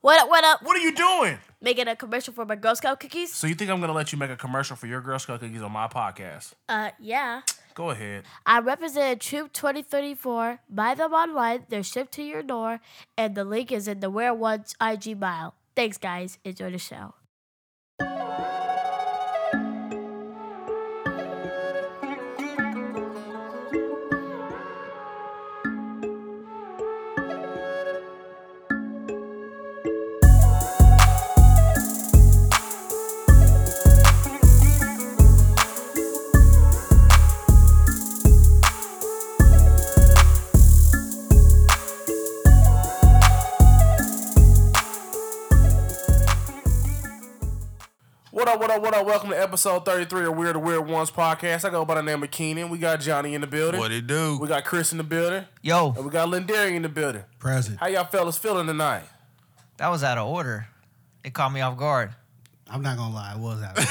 What up? What up? What are you doing? Making a commercial for my Girl Scout cookies. So you think I'm gonna let you make a commercial for your Girl Scout cookies on my podcast? Uh, yeah. Go ahead. I represent Troop 2034. Buy them online. They're shipped to your door, and the link is in the Wear One's IG bio. Thanks, guys. Enjoy the show. What up? What up? What up? Welcome to episode 33 of Weird to Weird Ones podcast. I go by the name of Keenan. We got Johnny in the building. What it do? We got Chris in the building, Yo, and we got Lindarian in the building. Present. How y'all fellas feeling tonight? that was out of order. It caught me off guard. I'm not gonna lie, I was out. Of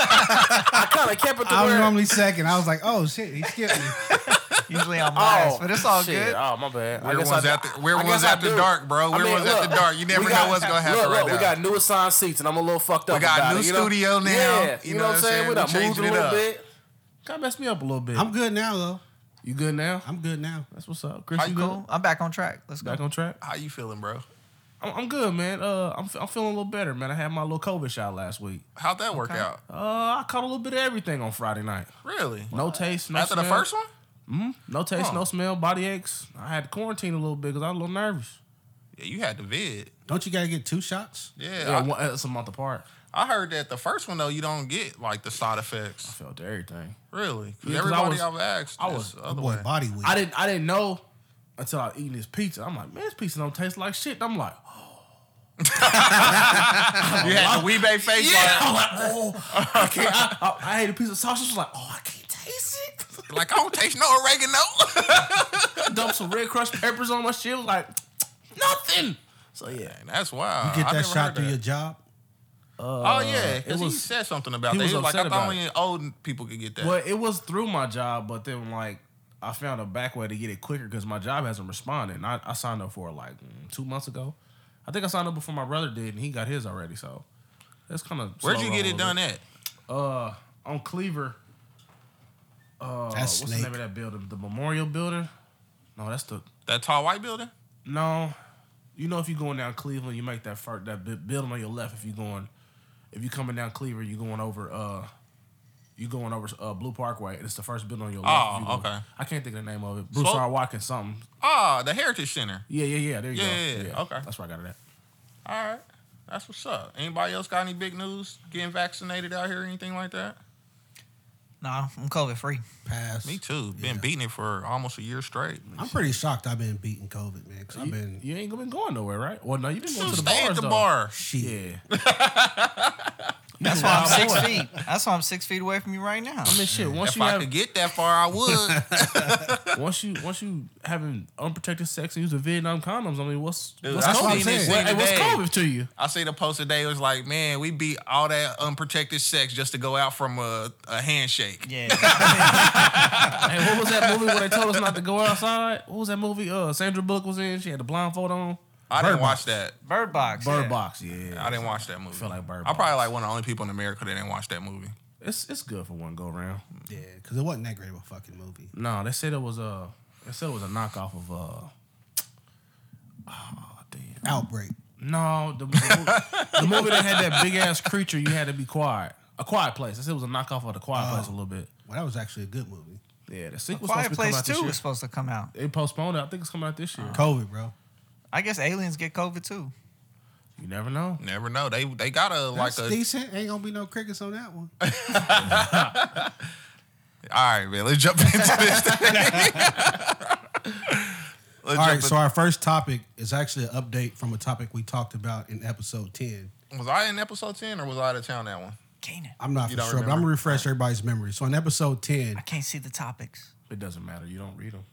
I kind of kept it to I was where. normally second. I was like, oh shit, he skipped me. Usually I'm last, but it's all Oh, shit. good. Oh my bad. Weird guess ones do- after- weird I guess ones I after do. dark, bro. Weird ones after dark. You never we know what's gonna happen look, right look, We now. got new assigned seats, and I'm a little fucked up. We got about new it, you know? studio now, Yeah, you, know, what I'm saying. We We done moved changing a it little up. bit. Kind of messed me up a little bit. I'm good now though. you good now? I'm good now. That's what's up. Chris, Are you good? Cool. I'm back on track. Let's go. Back on track. How you feeling, bro? I'm, I'm good, man. Uh, I'm, fe- I'm feeling a little better, man. I had my little COVID shot last week. How'd that work out? Uh, I caught a little bit of everything on Friday night. Really? No taste, no After smell. the first one? No taste, Huh. no smell, body aches. I had to quarantine a little bit because I was a little nervous. Yeah, you had the vid. Don't you gotta get two shots? Yeah. Yeah, I, one- that's a month apart. I heard that the first one though, you don't get like the side effects. Felt everything. Really? 'Cause Yeah, 'cause I everybody was- I've asked, I is was- the other Boy, way. body weak. I didn't I didn't know until I eating this pizza. I'm like, man, this pizza don't taste like shit. I'm like, You had the weebay face. I'm like, oh, I can't. I, I, I ate a piece of sausage. I was like, oh, I can't taste it. Like, like I don't taste no oregano. I dumped some red crushed peppers on my shit. Was like, nothing. So Oh, yeah, Man, That's wild. I get that never heard shot through that. your job. Oh yeah, because he uh, was- said something about he that. was He was like, I upset thought about only old people could get that. well, it was through my job, but then like I found a back way to get it quicker because my job hasn't responded. And I, I signed up for it like mm, two months ago. I think I signed up before my brother did, and he got his already. So that's kind of Where'd you get it done at? Uh, on Cleaver. Uh, what's That's the snake. name of that building? The Memorial Building? No, that's the That tall white building? no. You know, if you're going down Cleveland, you make that first that bu- building on your left. If you're going, if you're coming down Cleaver, you're going over uh, you're going over uh Blue Parkway, and it's the first building on your left. Oh, If you go- okay. I can't think of the name of it. Bruce Slope? R. Watkins something. Ah, the Heritage Center. Yeah, yeah, yeah. There you Yeah, go. yeah, yeah. Okay. that's where I got it at. All right. That's what's up. Anybody else got any big news getting vaccinated out here or anything like that? Nah, I'm COVID free. Pass. Me too. Been beating it for almost a year straight. I'm pretty shocked I've been beating COVID, man. Cause I've You, been you ain't been going nowhere, right? Well, no, you've been going Dude, to the stay bars at the though. bar. shit. Yeah, That's why I'm six feet. That's why I'm six feet away from you right now. I mean, shit. Once If you I have, could get that far, I would. once you once you having unprotected sex and using Vietnam condoms, I mean, what's Dude, what's I what I'm COVID? seen this saying. What- thing hey, what's today. COVID to you? I see the post today. It was like, man, we beat all that unprotected sex just to go out from a, a handshake. yeah. Hey, what was that movie where they told us not to go outside? What was that movie? Uh, Sandra Bullock was in. She had the blindfold on. I didn't watch that. Bird box. Bird yeah. Box. Yeah, I didn't watch that movie. Feel like Bird I'm Box. probably like one of the only people in America that didn't watch that movie. it's it's good for one go round. Yeah, because it wasn't that great of a fucking movie. No, they said it was a they said it was a knockoff of uh. Oh damn! Outbreak. No, the, the movie that had that big ass creature. You had to be quiet. A Quiet Place. They said it was a knockoff of the Quiet Place a little bit. Well, that was actually a good movie. Yeah, the sequel. Oh. Quiet Place Oh. This Two year. was supposed to come out. They postponed it. I think it's coming out this year. COVID, bro. I guess aliens get COVID too. You never know. Never know. They they got a like That's a decent. Ain't gonna be no crickets on that one. All right, man. Let's jump into this thing. Let's All jump right, so our first topic is actually an update from a topic we talked about in episode 10. in. Was I in episode 10 or was I out of town that one? Canaan. I'm not You for don't sure, but I'm remember? gonna refresh everybody's memory. So in episode 10, I can't see the topics. It doesn't matter. You don't read them.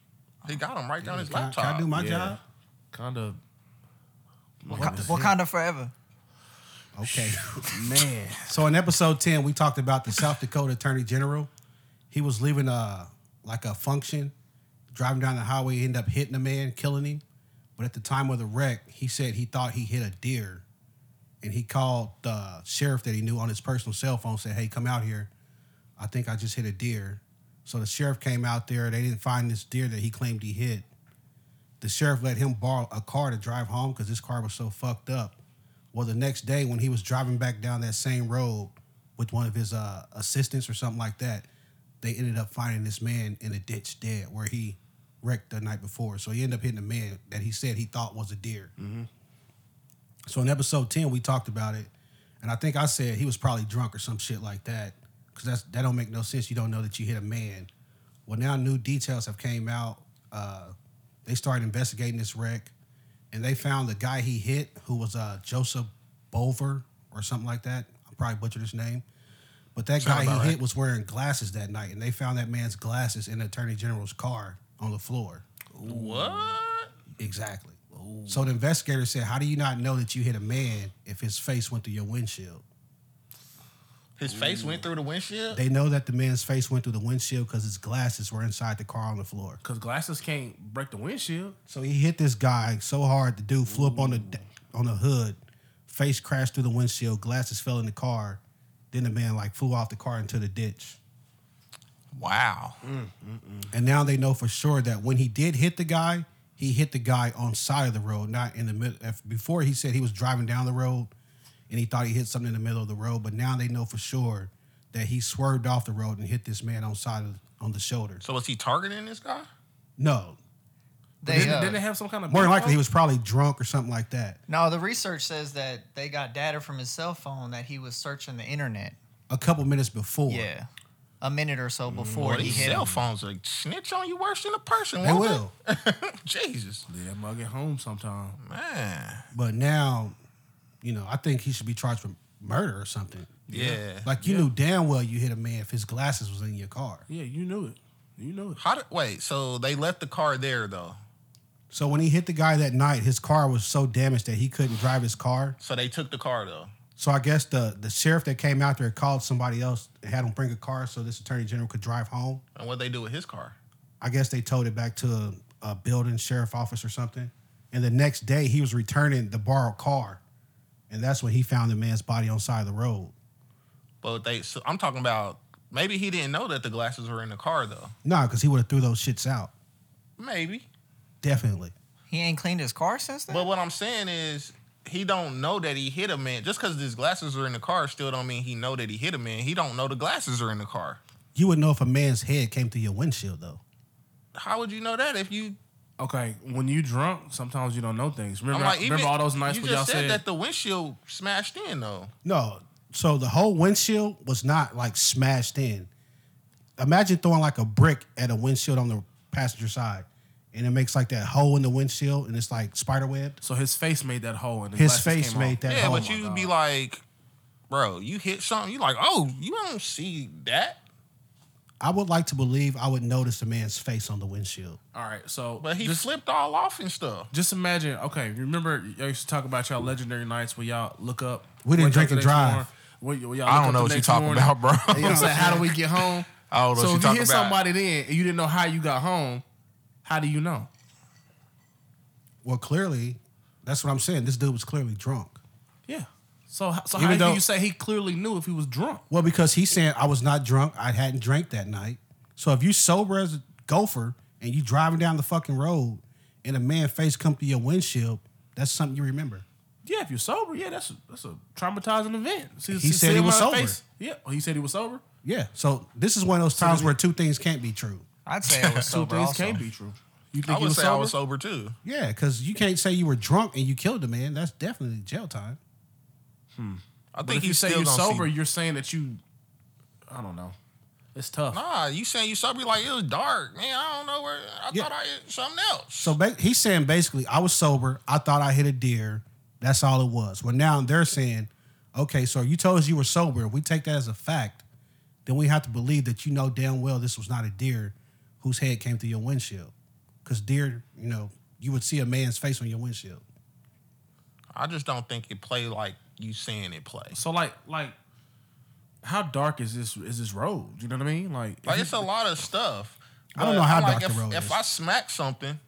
He got him right down his can I, laptop. can I do my Yeah. job? Kind of. Wakanda forever. Okay. Man. so in episode 10, we talked about the South Dakota Attorney General. He was leaving a like a function, driving down the highway, end up hitting a man, killing him. But at the time of the wreck, he said he thought he hit a deer, and he called the sheriff that he knew on his personal cell phone. Said, "Hey, come out here. I think I just hit a deer." So the sheriff came out there. They didn't find this deer that he claimed he hit. The sheriff let him borrow a car to drive home because his car was so fucked up. Well, the next day when he was driving back down that same road with one of his uh, assistants or something like that, they ended up finding this man in a ditch dead where he wrecked the night before. So he ended up hitting a man that he said he thought was a deer. So in episode ten, we talked about it, and I think I said he was probably drunk or some shit like that, because that's that don't make no sense. You don't know that you hit a man. Well, now new details have came out. Uh, they started investigating this wreck, and they found the guy he hit, who was uh, Joseph Bover or something like that. I probably butchered his name, but that guy he about hit was wearing glasses that night, and they found that man's glasses in the attorney general's car on the floor. What? Exactly. So the investigator said, "How do you not know that you hit a man if his face went through your windshield?" His face went through the windshield. They know that the man's face went through the windshield because his glasses were inside the car on the floor. Because glasses can't break the windshield. So he hit this guy so hard, the dude flew up on the on the hood, face crashed through the windshield, glasses fell in the car. Then the man like flew off the car into the ditch. Wow. Mm. And now they know for sure that when he did hit the guy, he hit the guy on side of the road, not in the middle. if- Before he said he was driving down the road and he thought he hit something in the middle of the road, but now they know for sure that he swerved off the road and hit this man on side of, on the shoulder. So was he targeting this guy? No, They, Didn't, uh, didn't they have some kind of more than big likely he fight? was probably drunk or something like that. no, the research says that they got data from his cell phone that he was searching the internet. A couple minutes before, Yeah, a minute or Mm, so before Boy, he these hit cell him. phones are snitch on you worse than a person. they won't will. Jesus, Leave that mug at home sometime. man. But now, you know, I think he should be charged for murder or something. Yeah. Like you knew damn well you hit a man if his glasses was in your car. Yeah, you knew it. You knew it. How did wait? So they left the car there though. So when he hit the guy that night, his car was so damaged that he couldn't drive his car. So they took the car though. So I guess the the sheriff that came out there called somebody else, and had him bring a car so this attorney general could drive home. And what they do with his car? I guess they towed it back to a, a building sheriff office or something. And the next day, he was returning the borrowed car, and that's when he found the man's body on the side of the road. But they. So I'm talking about. Maybe he didn't know that the glasses were in the car though. Nah, because he would have threw those shits out. Maybe. Definitely. He ain't cleaned his car since then. But what I'm saying is. He don't know that he hit a man. Just because his glasses are in the car, still don't mean he know that he hit a man. He don't know the glasses are in the car. You would know if a man's head came through your windshield, though. How would you know that if you? Okay, when you drunk, sometimes you don't know things. I'm Remember, like, even, remember all those nights you when just y'all said, said, that the windshield smashed in though. No. So the whole windshield was not like smashed in. Imagine throwing like a brick at a windshield on the passenger side, and it makes like that hole in the windshield, and it's like spider webbed. so his face made that hole and His face made that Yeah, hole. but oh my you'd God. be like, bro, you hit something. You like, oh, you don't see that. I would like to believe I would notice a man's face on the windshield. All right, so But he just, flipped all off and stuff. Just imagine. Okay, remember y'all used to talk about y'all legendary nights where y'all look up. We wake didn't up drink the and next drive. morning, where y- where y'all I look don't up know the what you next talking morning, about, bro. and You know what I'm saying? How do we get home? I don't know so what if you you talking hit about. somebody then and you didn't know how you got home, how do you know? Well, clearly, that's what I'm saying. This dude was clearly drunk. Yeah. So so Even how though- do you say he clearly knew if he was drunk? Well, because he's saying I was not drunk. I hadn't drank that night. So if you sober as a gopher and you driving down the fucking road and a man face come through your windshield, that's something you remember. Yeah, if you're sober, yeah, that's a, that's a traumatizing event. See, He said he him was on his sober. face. Yeah, oh, he said he was sober. Yeah. So this is one of those times where two things can't be true. I'd say it was Two sober. things also. can't be true. You think I he would was say sober? I was sober too. Yeah, because you can't say you were drunk and you killed a man. That's definitely jail time. I But think if you he's say still you're gonna see- sober, you're saying that you, I don't know. It's tough. Nah, you saying you sober? you Like it was dark, man. I don't know where. I Yeah. thought I hit something else. So ba- he's saying basically, I was sober. I thought I hit a deer. That's all it was. Well, now they're saying, okay, so you told us you were sober. We take that as a fact. Then we have to believe that you know damn well this was not a deer whose head came through your windshield. Because deer, you know, you would see a man's face on your windshield. I just don't think it play like you saying it play. So like like how dark is this is this road? You know what I mean? Like, Like if it's you- a lot of stuff. I don't But know how I'm dark if, the road If is. I smack something,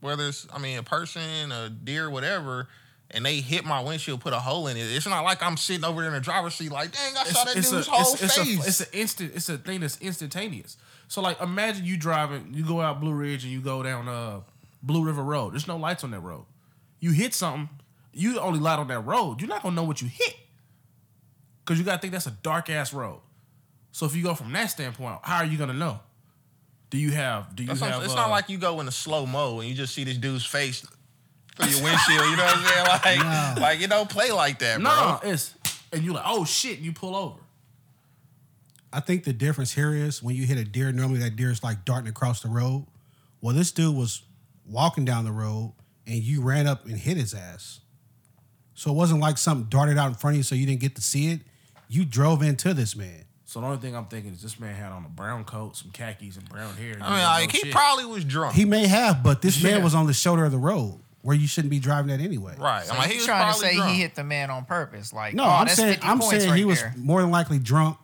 whether it's I mean a person, a deer, whatever, and they hit my windshield, put a hole in it. It's not like I'm sitting over there in the driver's seat like, dang, I saw that it's dude's a, whole it's, it's face. A, it's an instant. It's a thing that's instantaneous. So like, imagine you driving. You go out Blue Ridge and you go down uh Blue River Road. There's no lights on that road. You hit something. You the only light on that road. You're not gonna know what you hit. Cause you gotta think that's a dark ass road. So if you go from that standpoint, how are you gonna know? Do you have? Do you That's what I'm- have? it's uh, not like you go in a slow mo and you just see this dude's face through your windshield. You know what I'm saying? Like, like it don't play like that, bro. no. It's and you're like, oh shit, and you pull over. I think the difference here is when you hit a deer, normally that deer is like darting across the road. Well, this dude was walking down the road and you ran up and hit his ass. So it wasn't like something darted out in front of you so you didn't get to see it. You drove into this man. So the only thing I'm thinking is this man had on a brown coat, some khakis, and brown hair. I mean, like Oh, he probably was drunk. He may have, but this Yeah. man was on the shoulder of the road where you shouldn't be driving that anyway. right. So I'm like, he you was trying to probably say drunk. he hit the man on purpose? Like, No, oh, I'm that's saying 50 I'm points saying right he was there. more than likely drunk,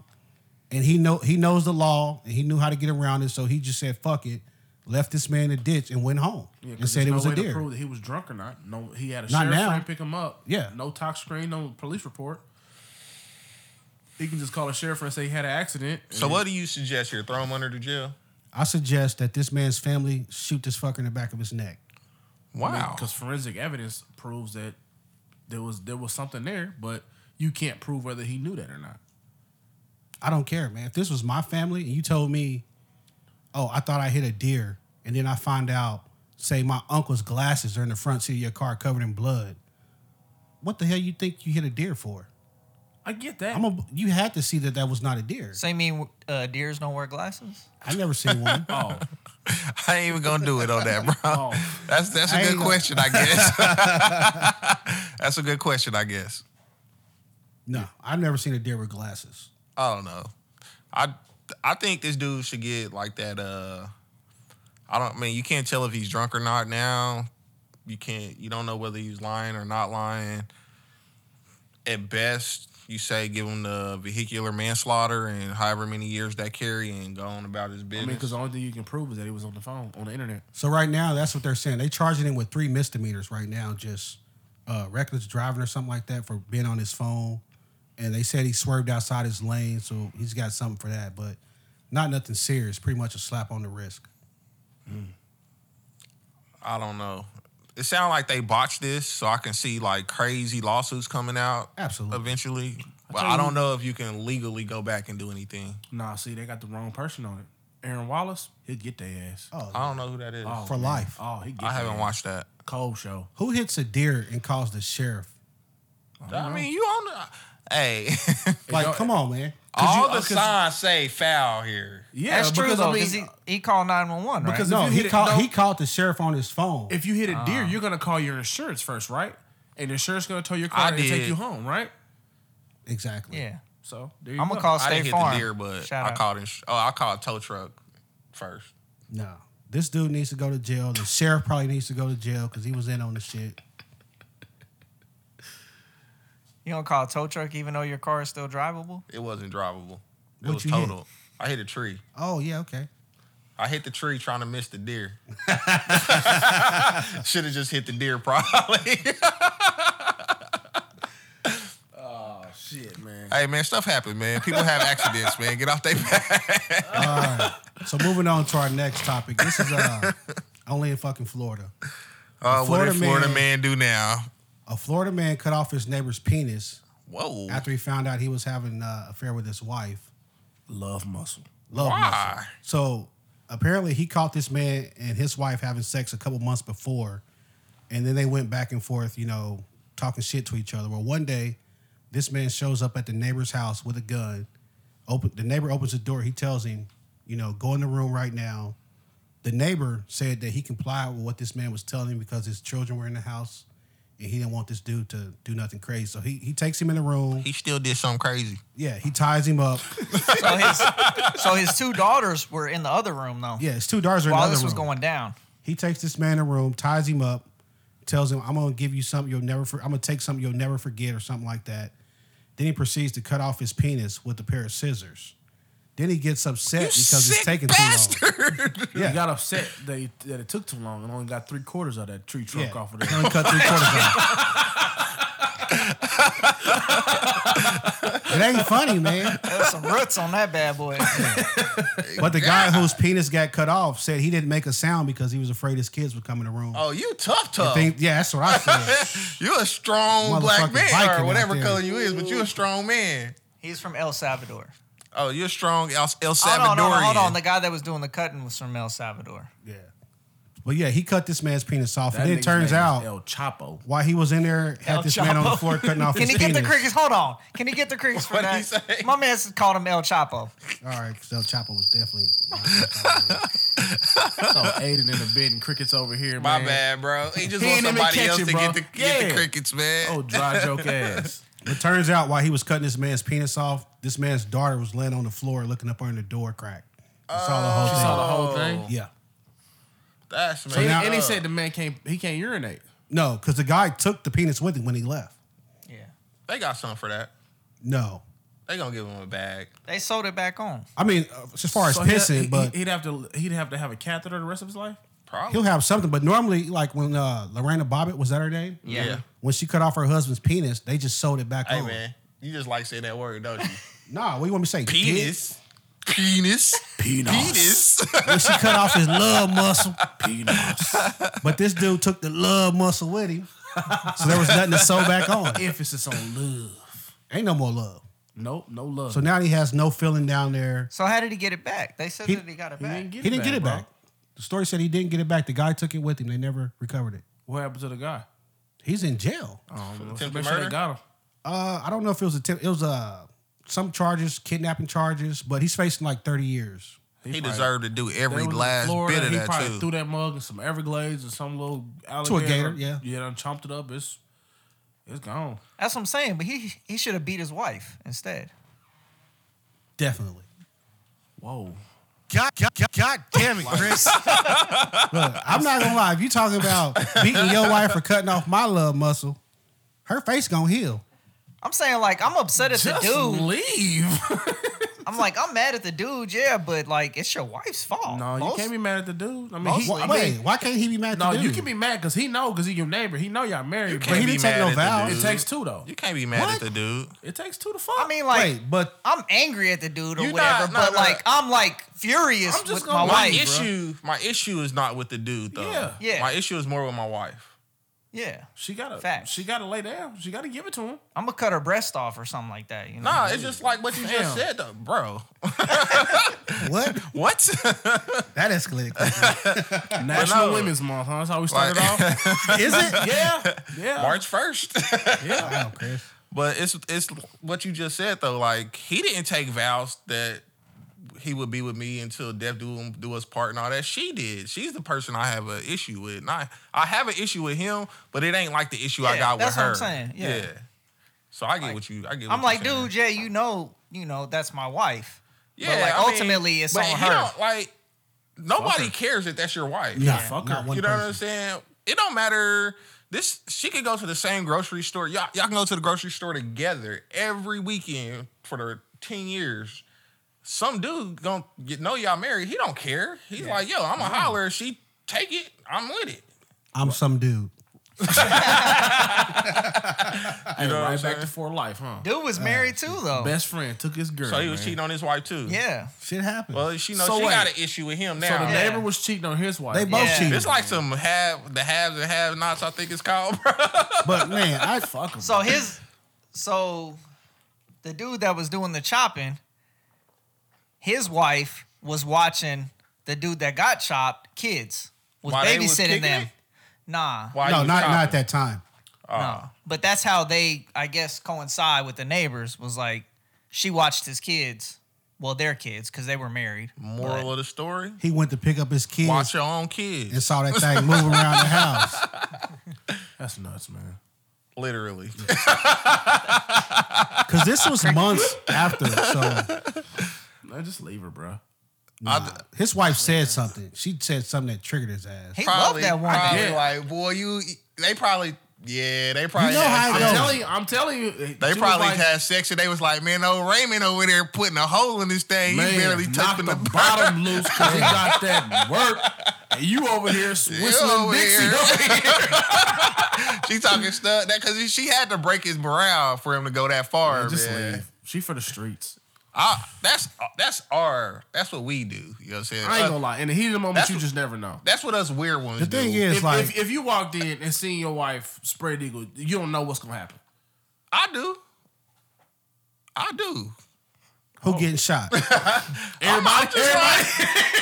and he know he knows the law and he knew how to get around it. So he just said "fuck it," left this man in the ditch and went home and said it was no a way deer. To prove that he was drunk or not. No, he had a Not sheriff now. friend pick him up. Yeah. no talk screen, no police report. He can just call a sheriff and say he had an accident. So what do you suggest here? Throw him under the jail? I suggest that this man's family shoot this fucker in the back of his neck. Wow. Because forensic evidence proves that there was there was something there, but you can't prove whether he knew that or not. I don't care, man. If this was my family and you told me, "Oh, I thought I hit a deer," and then I find out, say my uncle's glasses are in the front seat of your car covered in blood, what the hell you think you hit a deer for? I get that. I'm a, you had to see that that was not a deer. So you mean uh, deers don't wear glasses? I never seen one. oh, I ain't even gonna do it on that, bro. oh, That's that's I a good ain't- question, I guess. that's a good question, I guess. No, I've never seen a deer with glasses. I don't know. I I think this dude should get like that. Uh, I don't I mean you can't tell if he's drunk or not now. You can't. You don't know whether he's lying or not lying. At best, you say give him the vehicular manslaughter and however many years that carry and go on about his I mean, because business. the only thing you can prove is that he was on the phone on the internet. So right now, that's what they're saying. They charging him with three misdemeanors right now, just uh, reckless driving or something like that for being on his phone. And they said he swerved outside his lane, so he's got something for that, but not nothing serious. Pretty much a slap on the wrist. I don't know. It sounds like they botched this, so I can see like crazy lawsuits coming out. Absolutely. Eventually, but tell I you- don't know if you can legally go back and do anything. Nah, see, they got the wrong person on it. Aaron Wallace, he'll get their ass. Oh, I don't know who that is. Oh, for life. Oh, he. Get I their haven't ass. watched that. Cold Show. who hits a deer and calls the sheriff? I mean, you on the hey. Like, know- come on, man. all you- the uh, 'cause- signs say foul here. Yeah, That's true because, though, I mean, because he, he called nine one one, right? Because No, if you he hit it- called. no. He called the sheriff on his phone. if you hit a deer, you're gonna call your insurance first, right? And insurance gonna tow your I car and did. take you home, right? exactly. yeah, So there you I'm go. gonna call I State didn't hit Farm. the deer, but Shout I out. called. Ins- oh, I called tow truck first. No, this dude needs to go to jail. The sheriff probably needs to go to jail because he was in on the shit. You don't call a tow truck even though your car is still drivable. It wasn't drivable. It What was you hit? total. I hit a tree. Oh yeah, okay. I hit the tree trying to miss the deer. Should have just hit the deer probably. shit, man. hey man, stuff happened, man. People have accidents, man. Get off their back. So moving on to our next topic. This is uh, only in fucking Florida. Uh, what Florida did Florida man- man do now? A Florida man cut off his neighbor's penis Whoa. after he found out he was having uh, affair with his wife. Love muscle. Love Why? muscle. So apparently he caught this man and his wife having sex a couple months before, and then they went back and forth, you know, talking shit to each other. Well, one day, this man shows up at the neighbor's house with a gun. Open the neighbor opens the door. He tells him, you know, go in the room right now. The neighbor said that he complied with what this man was telling him because his children were in the house, and he didn't want this dude to do nothing crazy. So he he takes him in the room. He still did something crazy. Yeah, he ties him up. So his so his two daughters were in the other room though. Yeah, his two daughters are in While the this other was room. going down, He takes this man in a room, ties him up, tells him, "I'm gonna give you something you'll never. For- I'm gonna take something you'll never forget, or something like that." Then he proceeds to cut off his penis with a pair of scissors. Then he gets upset because sick it's taking too long. bastard. He Yeah. got upset that, he, that it took too long and only got three quarters of that tree trunk off of He there. only cut three quarters off. it ain't funny, man. There's some roots on that bad boy. But the guy whose penis got cut off said he didn't make a sound because he was afraid his kids would come in the room. oh, you tough tough. Think- yeah, that's what I said. you a strong black Motherfucking Viking man out or whatever there. color you is, but you a strong man. He's from El Salvador. Oh, Oh, you're strong El, El Salvadorian. Hold on, hold on, hold on. The guy that was doing the cutting was from El Salvador. yeah. But yeah, he cut this man's penis off. That and then it nigga's turns name is out El Chapo. while he was in there, had El this man on the Chapo. floor cutting off Can his he penis. get the crickets? Hold on. Can he get the crickets for What'd he that? say? My man called him El Chapo. All right, because El Chapo was definitely. So Aiden in the bed and crickets over here, My man. bad, bro. He just He wants ain't even somebody catch else it, to bro. get the, get the Yeah. crickets, man. Oh, dry joke ass. It turns out while he was cutting this man's penis off, this man's daughter was laying on the floor looking up under the door crack. I saw the whole She thing. saw the whole thing. yeah. that's man. And, now- and he said the man can't he can't urinate. No, because the guy took the penis with him when he left. Yeah. they got something for that. No. They gonna give him a bag. They sold it back on. I mean, uh, as far as So he'd- pissing, he- but he'd have to he'd have to have a catheter the rest of his life. he'll Probably. have something. But normally, like when uh, Lorena Bobbitt, was that her name? Yeah. When she cut off her husband's penis, they just sewed it back oh. Hey on. man, you just like saying that word, don't you? Nah, what do you want me to say? Penis. Penis. Penis. Penis. Dick? When she cut off his love muscle, Penis. but this dude took the love muscle with him, so there was nothing to sew back on. Emphasis on love. Ain't no more love. Nope, no love. So now he has no feeling down there. So how did he get it back? They said He- that he got it he back. didn't get He didn't it get it bro. back. The story said he didn't get it back. The guy took it with him. They never recovered it. What happened to the guy? He's in jail. Um, attempted make sure they murder? got him. Uh, I don't know if it was a temp- it was uh, some charges, kidnapping charges, but he's facing like thirty years. he probably- deserved to do they every was in last Florida, bit of he that probably too. threw that mug in some Everglades and some little alligator. a gator, yeah. Yeah, done chomped it up. It's it's gone. That's what I'm saying. But he he should have beat his wife instead. Definitely. Whoa. God, God, God, God damn it, Chris. Look, I'm not gonna lie. If you talking about beating your wife for cutting off my love muscle, her face gonna heal. I'm saying like I'm upset at Just the dude. leave. I'm like I'm mad at the dude. Yeah, but like it's your wife's fault. no, you Most- can't be mad at the dude. I mean, Why- he, I mean, Wait, why can't he be mad? at the no, dude? you can be mad because he know because he your neighbor. He know y'all married. You but can't he be didn't take mad no at the vows. dude. It takes two though. You can't be mad What? at the dude. It takes two to fuck. I mean like Wait, but I'm angry at the dude or You not- whatever. no, but no. like I'm like furious I'm just with my gonna- My Why, wife. bruh? issue, my issue is not with the dude though. Yeah. Yeah. My issue is more with my wife. yeah, she gotta Facts. she gotta lay down. She gotta give it to him. I'm gonna cut her breast off or something like that. You know? Nah, it's just like what you Damn. just said, though, bro. what? What? That escalated. quickly. National no. Women's Month, huh? That's how we started Like- off. Is it? Yeah, yeah, March first. yeah. Wow, Chris. but it's it's what you just said though. Like he didn't take vows that he would be with me until death do him do us part and all that. She did. She's the person I have an issue with. Not I have an issue with him, but it ain't like the issue I Yeah, got with that's what her. I'm saying. Yeah. So I get what you. I get. What I'm like, you're saying. dude, yeah, you know, you know, that's my wife. Yeah. but like I mean, ultimately, it's but on he her. don't, like nobody her. cares that that's your wife. Nah, fuck not her. one You know what I'm person. saying? It don't matter. This she could go to the same grocery store. Y'all, y'all can go to the grocery store together every weekend for the ten years. Some dude gonna get, know y'all married. He don't care. He's like, yo, I'm a Mm. holler. If She take it. I'm with it. I'm some dude. Hey, know what right I'm back saying? to for life, huh? Dude was married too, though. Best friend took his girl. So he was man. cheating on his wife too. Yeah, Shit happened. Well, she knows So she wait. got an issue with him So now. the Yeah. neighbor was cheating on his wife. they both Yeah. cheated. It's like some have the haves and have nots. I think it's called, bro. but man, I fuck him. So his, so the dude that was doing the chopping, his wife was watching the dude that got chopped. Kids was While they was babysitting kicking them. it? Nah, Why no, you not not chopping? at that time. no. But that's how they, I guess, coincide with the neighbors. Was like she watched his kids, well, their kids, because they were married. Moral of the story: He went to pick up his kids Watch your own and kids. saw that thing moving around the house. That's nuts, man. Literally. Because this was months after. So No, just leave her, bro. I, his wife said something. She said something that triggered his ass. He probably, loved that woman. probably Yeah. like, boy, you. They probably Yeah, they probably. know had how sex. it goes. I'm telling you, I'm telling you, They probably had sex and they was like, man, old Raymond over there putting a hole in this thing. Man, he barely knock touching the the, bottom loose because he got that work. And you over here whistling over Dixie. here. over here. She talking stuff that because she had to break his morale for him to go that far. Just man. leave. She for the streets. I, that's that's our that's what we do. You know what I'm saying? I ain't gonna lie. In the heat of the moment, Uh, that's you what- just never know. That's what us weird ones The do. thing is, If, like, if, if you walked in and seen your wife spread eagle, you don't know what's gonna happen. I do. I do. oh. who getting shot? Everybody, just everybody.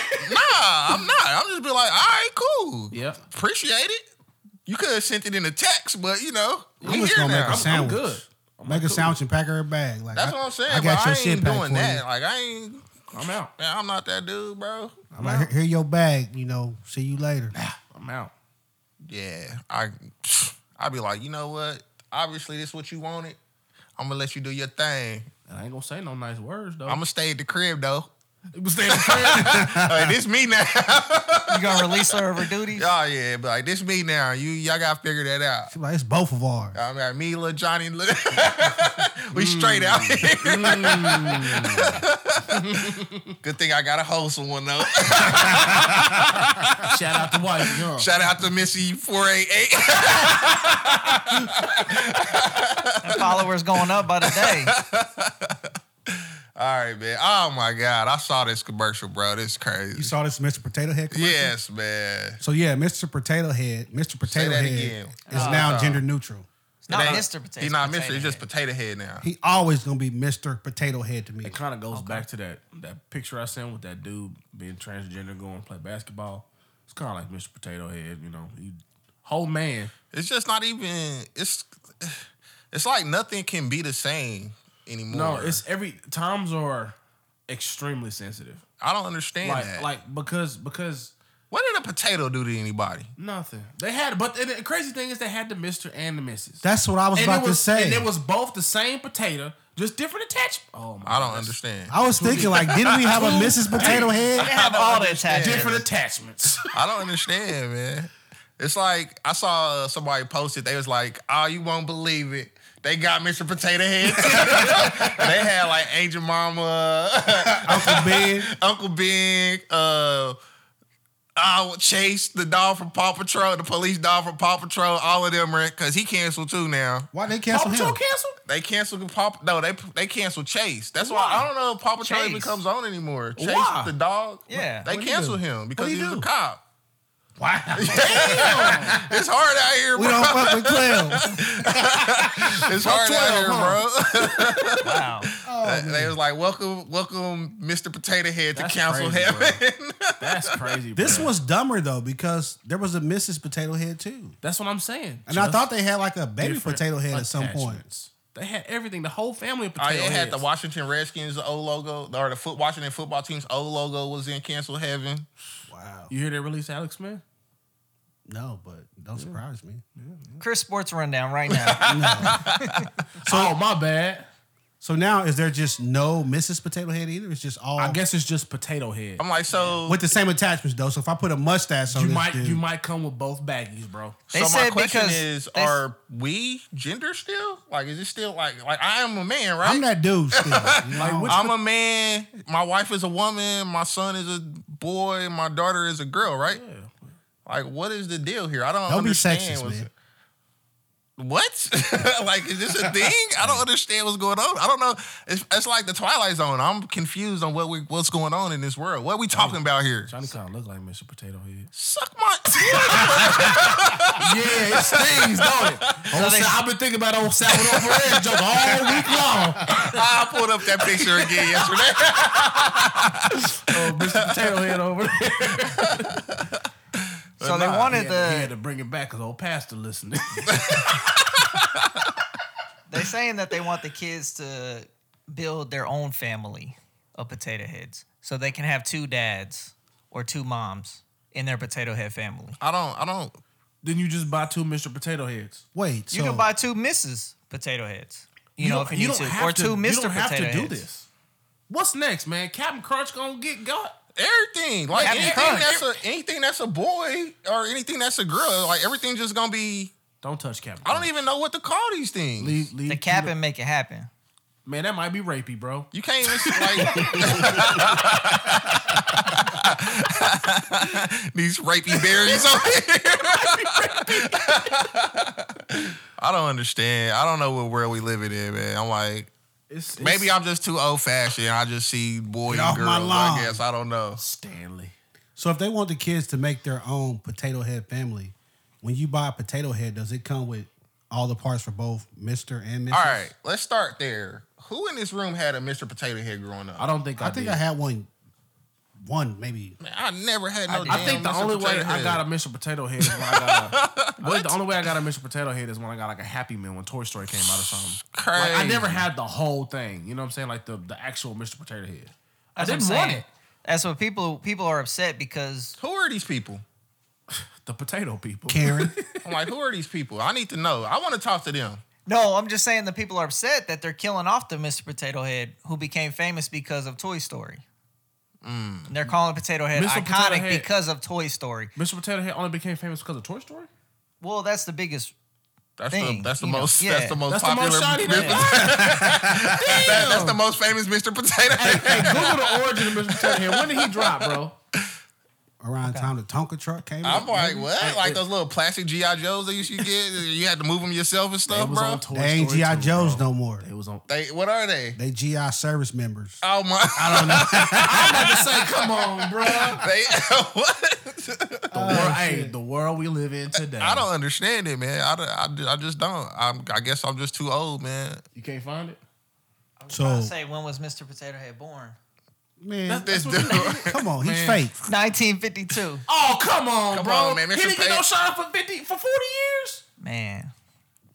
Nah, I'm not. I'm just be like, all right, cool. Yeah. Appreciate it. You could have sent it in a text, but you know, we I'm here just gonna now. make a I'm- sandwich. good. Make a sandwich and pack her a bag. Like that's I- what I'm saying. I I, got but I your shit ain't packed doing for that. you. Like I ain't. I'm out. Man, I'm not that dude, bro. I'm like, here, here your bag. You know, see you later. I'm out. Yeah, I I'd be like, you know what? Obviously, this what you wanted. I'm gonna let you do your thing. And I ain't gonna say no nice words though. I'm gonna stay at the crib though. gonna stay in the crib. like, this me now. You gonna release her of her duties? oh yeah, but like this me now. You y'all gotta figure that out. She's like, it's both of ours. I mean, me, little Johnny, little we straight out Mm. here. Mm. Good thing I got a wholesome one though. Shout out to wife. Huh? Shout out to Missy four eight eight. And followers going up by the day. All right, man. Oh my God, I saw this commercial, bro. This is crazy. You saw this Mr. Potato Head commercial? yes, man. So yeah, Mr. Potato Head, Mr. Potato that Head again. is now gender neutral. It's not It ain't- Mr. Potato. He's not Mr. Potato He's just Head. Potato Head now. He always gonna be Mr. Potato Head to me. It kind of goes back to that that picture I sent with that dude being transgender going to play basketball. It's kind of like Mr. Potato Head, you know. He whole man. It's just not even. It's it's like nothing can be the same anymore. No, it's every times are extremely sensitive. I don't understand Like that. like because because what did a potato do to anybody? nothing they had. But the the crazy thing is they had the Mister and the Missus. That's what I was and about it was, to say. And it was both the same potato, just different attachment. Oh my! I don't goodness. understand. I was thinking like, didn't we have a Mrs. Potato They Head? have all the understand. attachments. Different attachments. I don't understand, man. It's like I saw uh, somebody posted. They was like, "Oh, you won't believe it." They got Mr. Potato Head. they had like Angel Mama, Uncle Ben. Uncle Ben, uh, uh, Chase, the dog from Paw Patrol, the police dog from Paw Patrol, all of them are because he canceled too now. Why they Paw cancel Patrol him? canceled. They canceled Paw No, they they canceled Chase. That's why, I don't know if Paw Patrol even Chase. comes on anymore. Chase, Why? the dog. Yeah. They What'd he canceled do? him because What'd he he was a do? cop. Wow. It's hard out here, We bro. don't fuck with twelve. It's hard out here, Wow. bro. they was like, welcome, welcome, Mr. Potato Head to That's Council crazy, Heaven. That's crazy. This bro. was dumber though because there was a Mrs. Potato Head too, That's what I'm saying. and I thought they had like a baby potato head at some point. They had everything. The whole family of I potato heads. Oh, had the Washington Redskins the old logo, or the foot Washington football team's old logo was in Council Heaven. Wow. You hear they released Alex Smith? No, but don't surprise me. Chris Sports Rundown right now. oh my bad. So now is there just no Mrs. Potato Head either? It's just all I guess it's just potato head. I'm like, so with the same attachments though. So if I put a mustache on You this might dude, you might come with both baggies, bro. They so my said question because is, they- are we gender still? Like, is it still like like I am a man, right? I'm that dude still. you Like know? which I'm a man. My wife is a woman. My son is a boy. My daughter is a girl, right? Like, what is the deal here? I don't, Don't be understand. sexist, what's- man. What? like, is this a thing? I don't understand what's going on. I don't know. It's, it's like the Twilight Zone. I'm confused on what we what's going on in this world. What we talking about here? Johnny kind of look like Mr. Potato Head. Suck my. Yeah, it stings, don't it? so they, I've been thinking about old Salvador Perez joke all week long. I pulled up that picture again yesterday. Oh, Mr. Potato Head over there. so they Nah, wanted He had, he had the. to bring it back because old pastor listening. They're saying that they want the kids to build their own family of potato heads, so they can have two dads or two moms in their potato head family. I don't. I don't. then you just buy two Mr. Potato Heads. Wait, You so can buy two Mrs. Potato Heads. You, know, don't- if you, need don't to, have or two Mr. You don't have Potato to do Heads. this. What's next, man? Captain Crunch gonna get got. Everything like Captain anything Crunch. that's a anything that's a boy or anything that's a girl, like everything just gonna be Don't touch Captain. I don't even know what to call these things. Leave, leave The cap and make it happen. Man, that might be rapey, bro. You can't even like these rapey berries over here. I don't understand. I don't know what world we living in, man. I'm like, It's, it's maybe I'm just too old fashioned. I just see boy Get and off girls. my lawn. I guess I don't know. Stanley. So if they want the kids to make their own potato head family, when you buy a potato head, does it come with all the parts for both Mister and Mrs.? All right, let's start there. Who in this room had a Mr. Potato Head growing up? I don't think I, I think did. I had one, one maybe. Man, I never had no. I think the only way I got a Mr. Potato Head is when I got. A, I think the only way I got a Mr. Potato Head is when I got like a Happy Meal when Toy Story came out or something. crazy. Like, I never had the whole thing. You know what I'm saying? Like the the actual Mr. Potato Head. I That's what I'm didn't saying. want it. That's what people people are upset because Who are these people? The potato people. Karen, I'm like, who are these people? I need to know. I want to talk to them. no, I'm just saying the people are upset that they're killing off the Mr. Potato Head who became famous because of Toy Story. And they're calling Potato Head Mr. iconic Potato Head. because of Toy Story. Mr. Potato Head only became famous because of Toy Story. Well, that's the biggest. That's Thing, the that's the you know, most yeah. that's the most That's the popular most shiny Mr. name. That- that's the most famous Mr. Potato Head. hey, Google the origin of Mr. Potato Head. When did he drop, bro? around the time the Tonka truck came I'm out, like, what? Like those little plastic GI Joes that you should get? You had to move them yourself and It stuff, was bro. on Toy they ain't Story GI 2, Joes bro. no more. It was on. They what are they? They GI service members. Oh my! I don't I say, come on, bro. The, they what? world, hey, the world we live in today. I don't understand it, man. I, don't- I, I just don't. I'm, I guess I'm just too old, man. You can't find it. So I say when was Mr. Potato Head born? man, This dude, what come on, he's fake. 1952. Oh, come on, Come bro. on, man. He Mr. didn't get no Pate- shine for fifty for forty years. Man,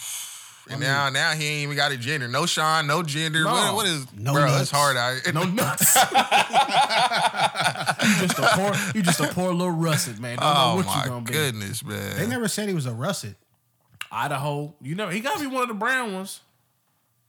and now now he ain't even got a gender. No shine, no gender. No. What, what is? No bro, nuts. it's hard. I, No nuts. you just a poor, you just a poor little russet, man. Don't oh know what you my gonna be. goodness, They man. never said he was a russet. Idaho, you know he gotta be one of the brown ones.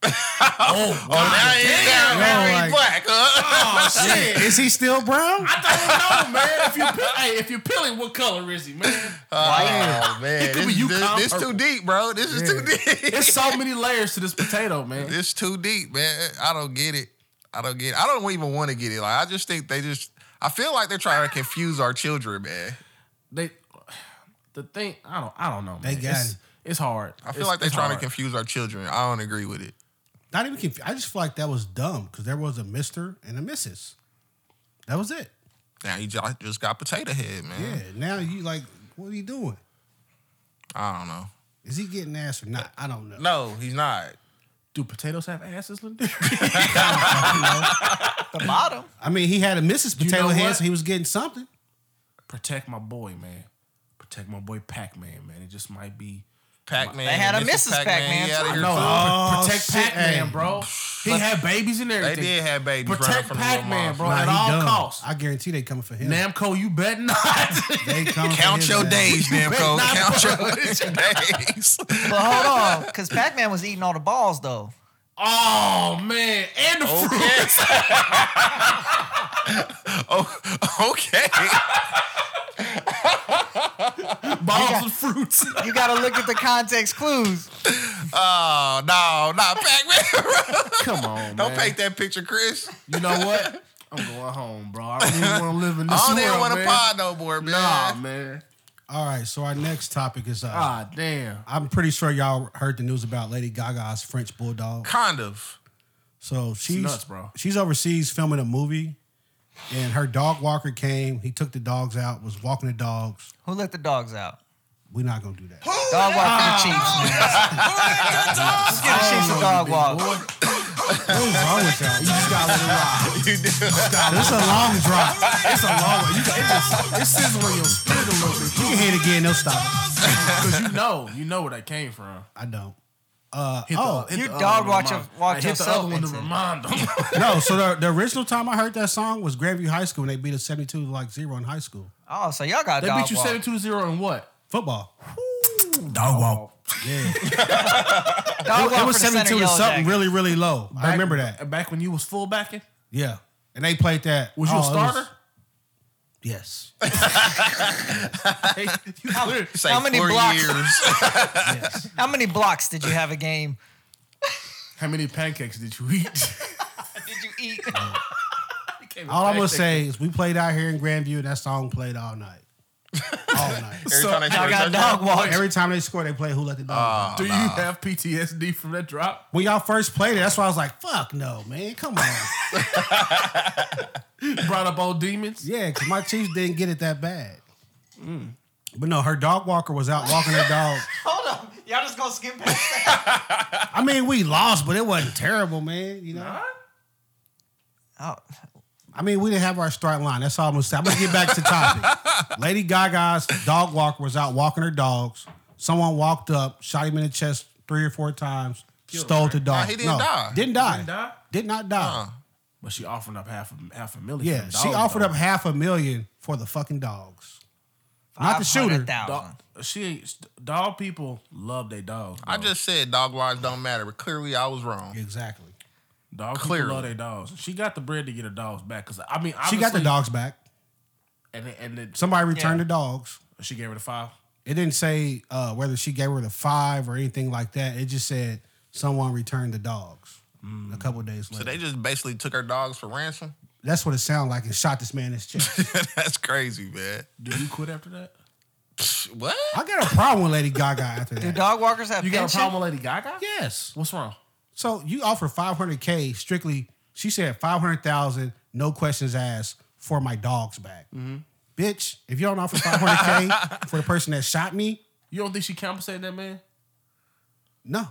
oh, now he, now, now he Yo, like- black. huh? Oh shit! Is he still brown? I don't know, man. If you peel, hey, if you peel it, what color is he, man? Oh man, could this, be you, this- Kyle, this or- too deep, bro. This is too deep. It's so many layers to this potato, man. This too deep, man. I don't get it. I don't get. It. I don't even want to get it. Like I just think they just. I feel like they're trying to confuse our children, man. They, the thing, I don't, I don't know, man. They got it's, it. it's hard. I feel like they're trying to confuse our children. I don't agree with it. Not even confused. I just feel like that was dumb because there was a Mister and a Mrs. That was it. Now you just, just got potato head, Mm. Yeah. man. Now you like, what are you doing? I don't know. Is he getting ass or not? I don't know. No, he's not. Do potatoes have asses, Linda? the bottom. I mean, he had a Mrs. You know Potato Head, what? so he was getting something. Protect my boy, man. Protect my boy, Pac Man, man. It just might be. Pac Man. They had a Mrs. Pac-Man, too. No, protect oh, shit, Pac Man, hey. bro. He had babies and They everything. did have babies. running Protect from the little Pac-Man, moms. bro. Nah, at he all dumb. costs. I guarantee they coming for him. Namco, you bet not. They coming for Count his your ass. days, damn bet code. not Count your days. But hold on, because Pac Man was eating all the balls though. oh man, and the fruit. oh, okay. balls and fruits. You got to look at the context clues. Oh no, not Pac-Man. bro. Come on, Don't man. paint that picture, Chris. You know what? I'm going home, bro. I don't even want to live in this I don't world, even want to man. pod no more, man. Nah, man. All right, so our next topic is uh, Ah, damn. I'm pretty sure y'all heard the news about Lady Gaga's French bulldog. Kind of. So she's nuts, bro. She's overseas filming a movie, and her dog walker came. He took the dogs out. Was walking the dogs. Who let the dogs out? We're not gonna do that. Dog walk for the Chiefs, man. Let's give the Chiefs a dog walk. What's wrong with y'all? You just gotta let it ride. You do. This is a long drop. It's a long way. You got, it just, it's sizzling your spirit a little bit You can hit it again. They'll stop. it. because you know, you know where that came from. I don't. Uh, Hit the- oh hit you the other dog one to watch remind- your- watch Hey, hit the yourself other one to into it. remind them. no! So the, the original time I heard that song was Grandview High School, and they beat us seventy two like zero in high school Oh, so y'all got They dog beat you walk. 7-2-0 and what? football. Dog walk. Yeah, Dog walk for it was the center seventy two to yellow something jacket. really really low. I remember that. Back when you was fullbacking? Yeah, and they played that. Was you a oh, it starter? Yes. you clear- Say How many four blocks? years. Yes. How many blocks did you have a game? How many pancakes did you eat? Did you eat? all I'm gonna say is we played out here in Grandview, and that song played all night. All night. Every time they score Y'all a touchdown. got dog walkers. Every time they score, they play Who Let the Dog Out. Do you have PTSD from that drop? When y'all first played it, that's why I was like, fuck no, man. Come on. Brought up old demons. yeah, because my Chiefs didn't get it that bad. Mm. But no, her dog walker was out walking her dog. Hold on. Y'all just gonna skip past that. I mean, we lost, but it wasn't terrible, man. You know? Oh, I mean, we didn't have our start line. That's all I'm gonna say. I'm gonna get back to topic. Lady Gaga's dog walker was out walking her dogs. Someone walked up, shot him in the chest three or four times, stole the dog. Nah, he didn't die. Didn't die. Didn't die? Did not die. But she offered up half a half a million. Yeah, for the she dog, offered though. up half a million for the fucking dogs. Not the shooter. 500,000. Dog- She dog people love their dogs. I bro. just said dog lives don't matter, but clearly I was wrong. Exactly. dog clearly. people love their dogs. She got the bread to get her dogs back because I mean obviously, she got the dogs back. and and it, Somebody returned Yeah. the dogs. she gave her the five. It didn't say uh, whether she gave her the five or anything like that. It just said someone returned the dogs a couple days later. Mm. So they just basically took our dogs for ransom. That's what it sounded like and shot this man in his chest. That's crazy, man. Do you quit after that? Psh, What? I got a problem with Lady Gaga after Do that. dog walkers have You got a pension? problem with Lady Gaga? yes. What's wrong? So you offer 500K strictly, she said 500,000, no questions asked for my dogs back. Mm-hmm. Bitch, if you don't offer 500K for the person that shot me, You don't think she compensated that man? no.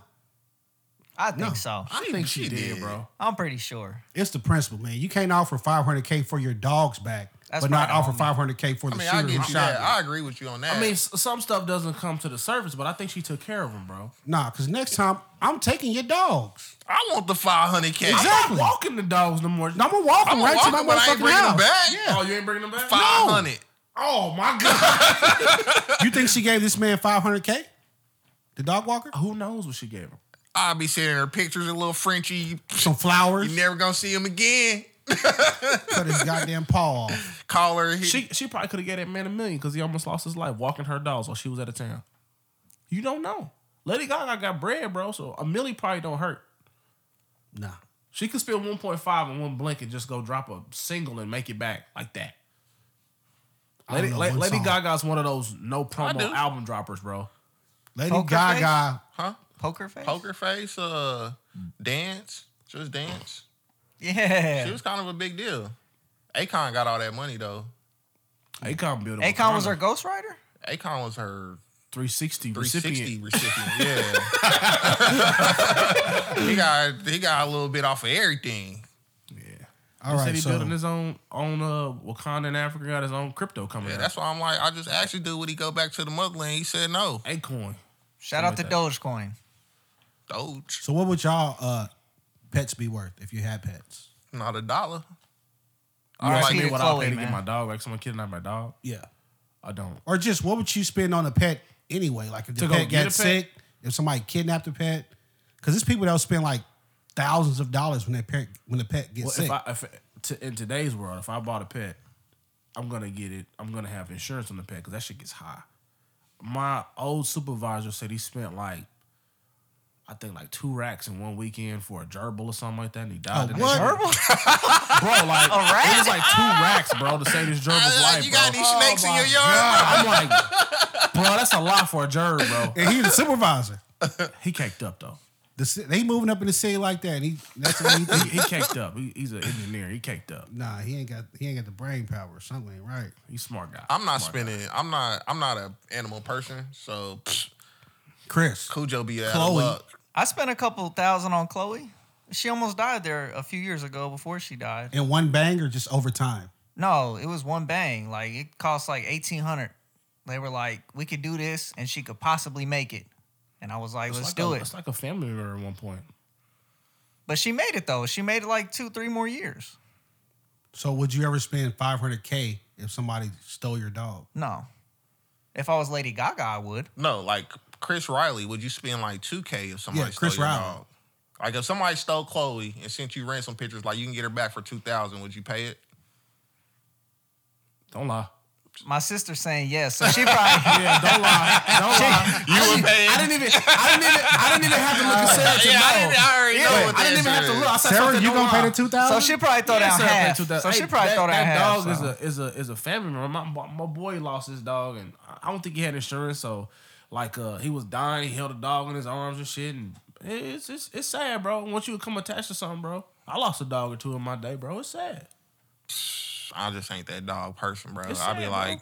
I think No. so. I think she, she did, did. bro. I'm pretty sure. It's the principle, man. You can't offer 500K for your dogs back, That's but not probably offer homie. 500K for the I mean, I shooter who get you shot that. me. I agree with you on that. I mean, s- some stuff doesn't come to the surface, but I think she took care of him, bro. Nah, because next time I'm taking your dogs. I want the 500K. I'm Exactly. not walking the dogs no more. I'm gonna walk I'm them right walking, to my but I ain't motherfucking bringing them house. back. Oh, you ain't bringing them back? 500. Oh my god. You think she gave this man 500K? The dog walker? Who knows what she gave him? I'll be sending her pictures of little Frenchie. You, Some flowers. you never gonna see him again. Cut his goddamn paw off. Call her. He, She she probably could have gave that man a million because he almost lost his life walking her dogs while she was out of town. You don't know. Lady Gaga got bread, bro. So a million probably don't hurt. Nah. She could spend 1.5 in one blink and just go drop a single and make it back like that. I Lady, don't know La- one Lady song. Gaga's one of those no promo do. album droppers, bro. Lady Poker Gaga. huh? Poker face? Poker face. Uh, dance. Just dance. She Yeah. was kind of a big deal. Akon got all that money though. Akon built it. Akon was her ghostwriter? Akon was her 360, 360 recipient. recipient. yeah. he got he got a little bit off of everything. Yeah. All he said right, he so building his own own uh, Wakanda in Africa, got his own crypto coming Yeah, out. that's why I'm like, I just asked you, dude, would he go back to the motherland? He said no. Acorn. Shout out to Something Dogecoin. Doge, so what would y'all uh, pets be worth if you had pets? not a dollar. You R.I.P. asking me to what Chloe, I pay to get man. my dog? Like someone kidnapped my dog? Yeah. I don't. Or just what would you spend on a pet anyway? Like if the To go pet get got a pet? sick, if somebody kidnapped a pet, because there's people that will spend like thousands of dollars when their pet when the pet gets Well, sick. if I if to, in today's world, if I bought a pet, I'm gonna get it. I'm gonna have insurance on the pet because that shit gets high. My old supervisor said he spent like, I think like two racks in one weekend for a gerbil or something like that, and he died. A the next- what? bro? Like it was like two racks, bro, to save this gerbil's Uh, life, you bro. Oh, got any snakes in your yard? I'm like, bro, that's a lot for a gerbil, bro. and he's the supervisor. He caked up though. The, ci- they moving up in the city like that. And he that's what he He, think. he caked up. He, he's an engineer. He caked up. Nah, he ain't got he ain't got the brain power. Something ain't right. He's a smart guy. I'm not Smart guy. spending. I'm not. I'm not a animal person. So psh, Chris, Cujo be out of Chloe. luck. I spent a couple thousand on Chloe. She almost died there a few years ago before she died. in one bang or just over time? No, it was one bang. Like it cost like eighteen hundred. They were like, we could do this, and she could possibly make it. And I was like, It's let's like do a- it. It's like a family member at one point. But she made it though. She made it like two, three more years. So would you ever spend 500k if somebody stole your dog? No, if I was Lady Gaga, I would. No, like Chris Riley. Would you spend like two k if somebody Yeah, stole Chris your Riley. dog? Like if somebody stole Chloe and sent you ransom pictures, like you can get her back for two thousand. Would you pay it? Don't lie. My sister's saying yes, so she probably Yeah, don't lie. Don't lie. You were paying. I didn't even. I didn't even. I didn't even have to look at Sarah to yeah, I, know. didn't, I already Yeah, know what the I didn't even have answer to is. look. I said Sarah, something you don't gonna pay lie. the two so thousand? she probably throw down Sarah paid half. two thou- So she Hey, probably that, throw down that dog half. so. is a is a is a family member. My, my my boy lost his dog, and I- I don't think he had insurance, so like uh he was dying. He held a dog in his arms and shit, and it's it's it's sad, bro. Once you become attached to something, bro, I lost a dog or two in my day, bro. It's sad. I just ain't that dog person, bro. It's I'd be sad, like,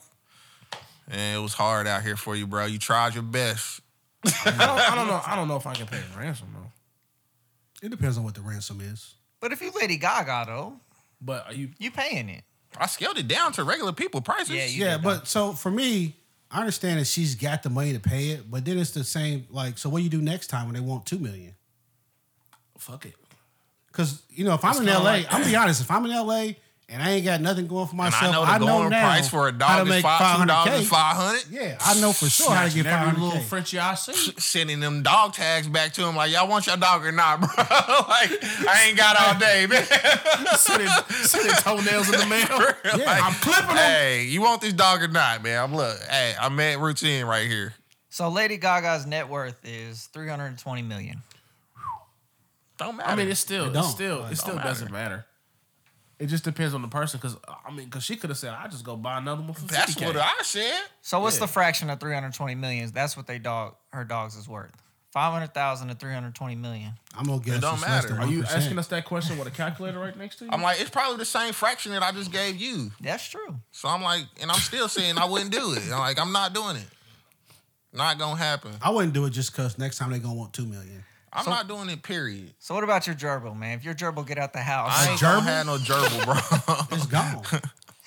"Eh, it was hard out here for you, bro. You tried your best. I don't, I don't know. I don't know if I can pay a ransom though. It depends on what the ransom is. But if you Lady Gaga though, But are you you paying it. I scaled it down to regular people prices. Yeah, you- Yeah, but so for me, I understand that she's got the money to pay it, but then it's the same. Like, so what do you do next time when they want two million? fuck it. Because you know, if I'm in kinda LA, like- I'm be honest. If I'm in LA and I ain't got nothing going for and myself, I know the going now price for a how dog to is make five, two dollars, 500K. five hundred. Yeah, I know for sure how to get Snatching every five little hundred k. Frenchie I see. Sending them dog tags back to him like, y'all want your dog or not, bro? like, I ain't got all day, man. sending, sending toenails in the mail. Yeah, I'm clipping them. Hey, you want this dog or not, man? I'm look. Hey, I'm at routine right here. So Lady Gaga's net worth is 320 million. Don't matter. I mean, it's still, It it's don't. still, it, It still don't matter. doesn't matter. It just depends on the person, because I mean, because she could have said, "I just go buy another one for that's fifty what k." I said. So what's Yeah. the fraction of 320 million? That's what they dog her dogs is worth. 500,000 to 320 million. I'm gonna guess. don't it's less than matter. Are you 1%. asking us that question with a calculator right next to you? I'm like, it's probably the same fraction that I just gave you. That's true. So I'm like, and I'm still saying I wouldn't do it. I'm like, I'm not doing it. Not gonna happen. I wouldn't do it just because next time they gonna want two million. I'm not doing it. Period. So what about your gerbil, man? If your gerbil get out the house, I A ain't gonna gerbil? have no gerbil, bro. It's gone.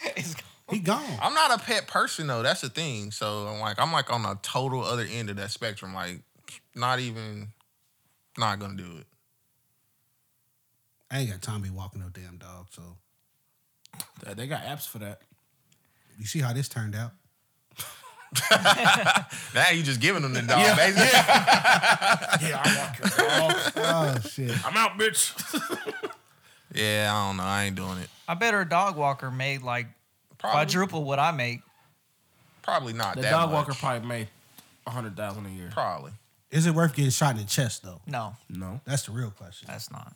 it's- he gone. I'm not a pet person though. That's the thing. So I'm like, I'm like on a total other end of that spectrum. Like, not even, not gonna do it. I ain't got time to be walking no damn dog. So They- they got apps for that. you see how this turned out. Now you just giving them the dog. basically. yeah, I walk your dog. Oh shit. I'm out, bitch. Yeah, I don't know. I ain't doing it. I bet her dog walker made like Probably, quadruple what I make. probably not the that dog much. walker probably made a hundred thousand a year. Probably. Is it worth getting shot in the chest though? No, No, That's the real question. that's not.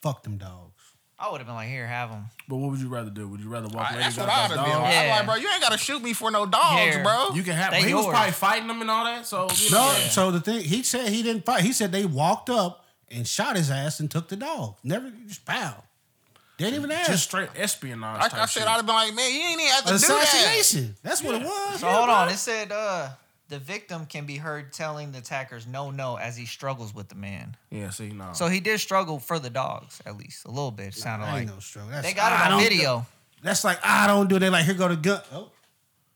Fuck them dogs. I would have been like, here, have them. but what would you rather do? Would you rather walk I, Lady that's what I'd Gaga's dog? have been. Like. I'm Yeah. like, bro, you ain't gotta shoot me for no dogs, Here. bro. You can have. They He was yours. probably fighting them and all that. So you No, know, yeah. so the thing he said he didn't fight. He said they walked up and shot his ass and took the dog. Never just pow. They didn't even ask. just straight espionage. like type I said, shit. I'd have been like, man, you ain't even have to do that. assassination. That's what it was. So hold on. It said uh, the victim can be heard telling the attackers no, no, as he struggles with the man. yeah, see, no. So he did struggle for the dogs, at least a little bit. It sounded I like ain't no struggle. That's, they got I it on don't- video. That's like I don't do. They like here go the gun. Oh,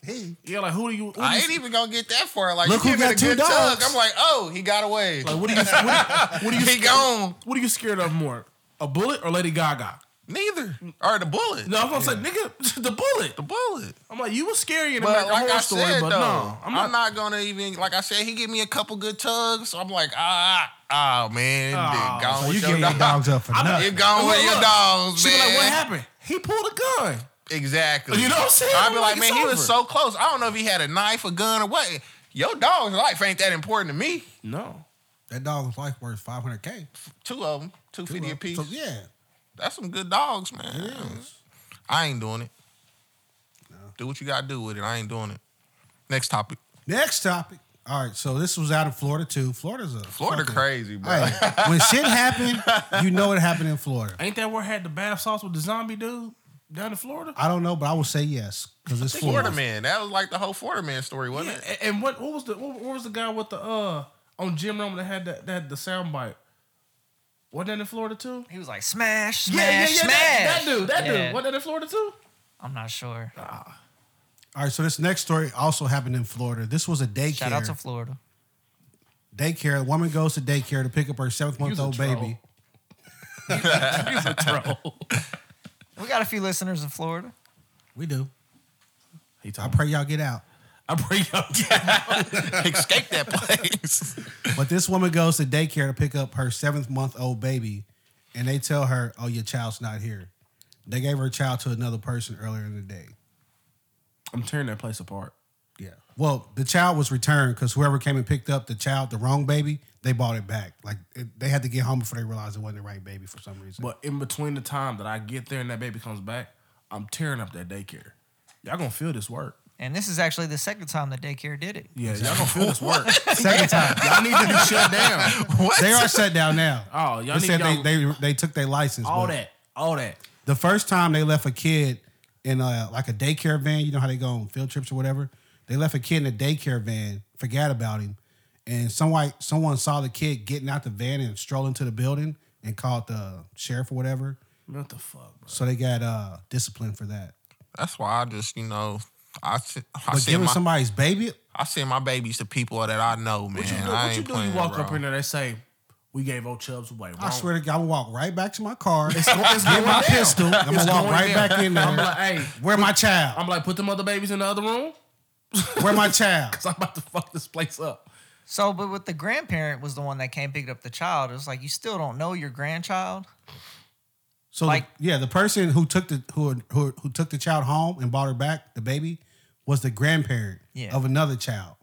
hey, yeah, like who do you? Who do I you ain't even gonna get that far. Like, Look you who give it got a two good dogs. tug. I'm like, oh, he got away. Like, what do you? What do you? What do you he gone. What are you scared of more, a bullet or Lady Gaga? Neither. Or the bullet. No, I'm gonna say, nigga, the bullet. The bullet. I'm like, you was scary in But American like Horror I Story, said but though, no, I'm, not, gonna even like I said. He gave me a couple good tugs. So I'm like, ah, ah, man, Oh, it gone so with you your giving your dog. dogs up for I'm- nothing? It gone Look, with your look. dogs, She man. be like, what happened? He pulled a gun. Exactly. You know what I'm saying? I'd be I'm like, like, man, it's he over. was so close. I don't know if he had a knife, a gun, or what. Your dog's life ain't that important to me. No, that dog was like worth five hundred k. Two of them, two fifty a piece. So yeah, That's some good dogs, man. I ain't doing it. Do what you gotta do with it. I ain't doing it. Next topic. Next topic. All right, so this was out in Florida too. Florida's a Florida fucking- crazy, bro. Hey, when shit happened, you know it happened in Florida. ain't that where I had the bath sauce with the zombie dude down in Florida? I don't know, but I will say yes because it's Florida. Florida man. That was like the whole Florida man story, wasn't Yeah, it? a- and what what was the what, what was the guy with the uh on Jim Rome that had that, that had the sound bite? Wasn't that in Florida too? He was like, smash, smash, smash. That, that dude, that Yeah. dude. Wasn't that in Florida too? I'm not sure. All right, so this next story also happened in Florida. This was a daycare. Shout out to Florida. daycare. A woman goes to daycare to pick up her seventh month old troll. baby. He's a troll. We got a few listeners in Florida. We do. He I talking. pray y'all get out. I pray y'all. Escape that place. But this woman goes to daycare to pick up her seventh month old baby, and they tell her, "Oh, your child's not here." They gave her child to another person earlier in the day. I'm tearing that place apart. Yeah. Well, the child was returned because whoever came and picked up the child, the wrong baby, they bought it back. Like it, they had to get home before they realized it wasn't the right baby for some reason. But in between the time that I get there and that baby comes back, I'm tearing up that daycare. Y'all gonna feel this work. And this is actually the second time the daycare did it. Yeah, y'all gonna feel this work. Second time, Y'all need to be shut down. What? they are shut down now. Oh, y'all they need said y'all- they, they they took their license. All but that, all that. The first time they left a kid in a, like a daycare van, you know how they go on field trips or whatever. They left a kid in a daycare van, forgot about him, and someone someone saw the kid getting out the van and strolling to the building and called the sheriff or whatever. What the fuck, bro? So they got uh disciplined for that. That's why I just, you know, I se- I But send giving my somebody's baby, I send my babies to people that I know, man. What you do? I What ain't you do? You playing, walk up bro. in there, they say, "We gave old Chubbs away." Wrong. I swear to God, I'm gonna walk right back to my car, It's go- it's get going my down. pistol, and I'm It's gonna walk going right down. back in there. I'm like, hey, Where my child? I'm like, put them other babies in the other room. Where my child? 'cause I'm about to fuck this place up. So, but with the grandparent was the one that came and picked up the child. It's like you still don't know your grandchild. So Like- the, yeah, the person who took the who, who who took the child home and brought her back the baby was the grandparent Yeah. of another child.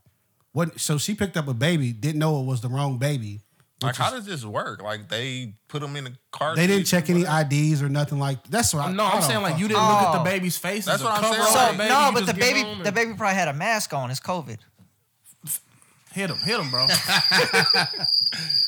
What? So she picked up a baby, didn't know it was the wrong baby. Like, how does this work? Like, they put them in a car. They didn't seat, check any whatever. IDs or nothing like. That's what. I, No, I I'm don't saying like fucking- you didn't look at the Oh. baby's face. That's what I'm saying. So So, baby, no, you but the just get baby, on the and- baby probably had a mask on. It's COVID. hit him, hit him, bro.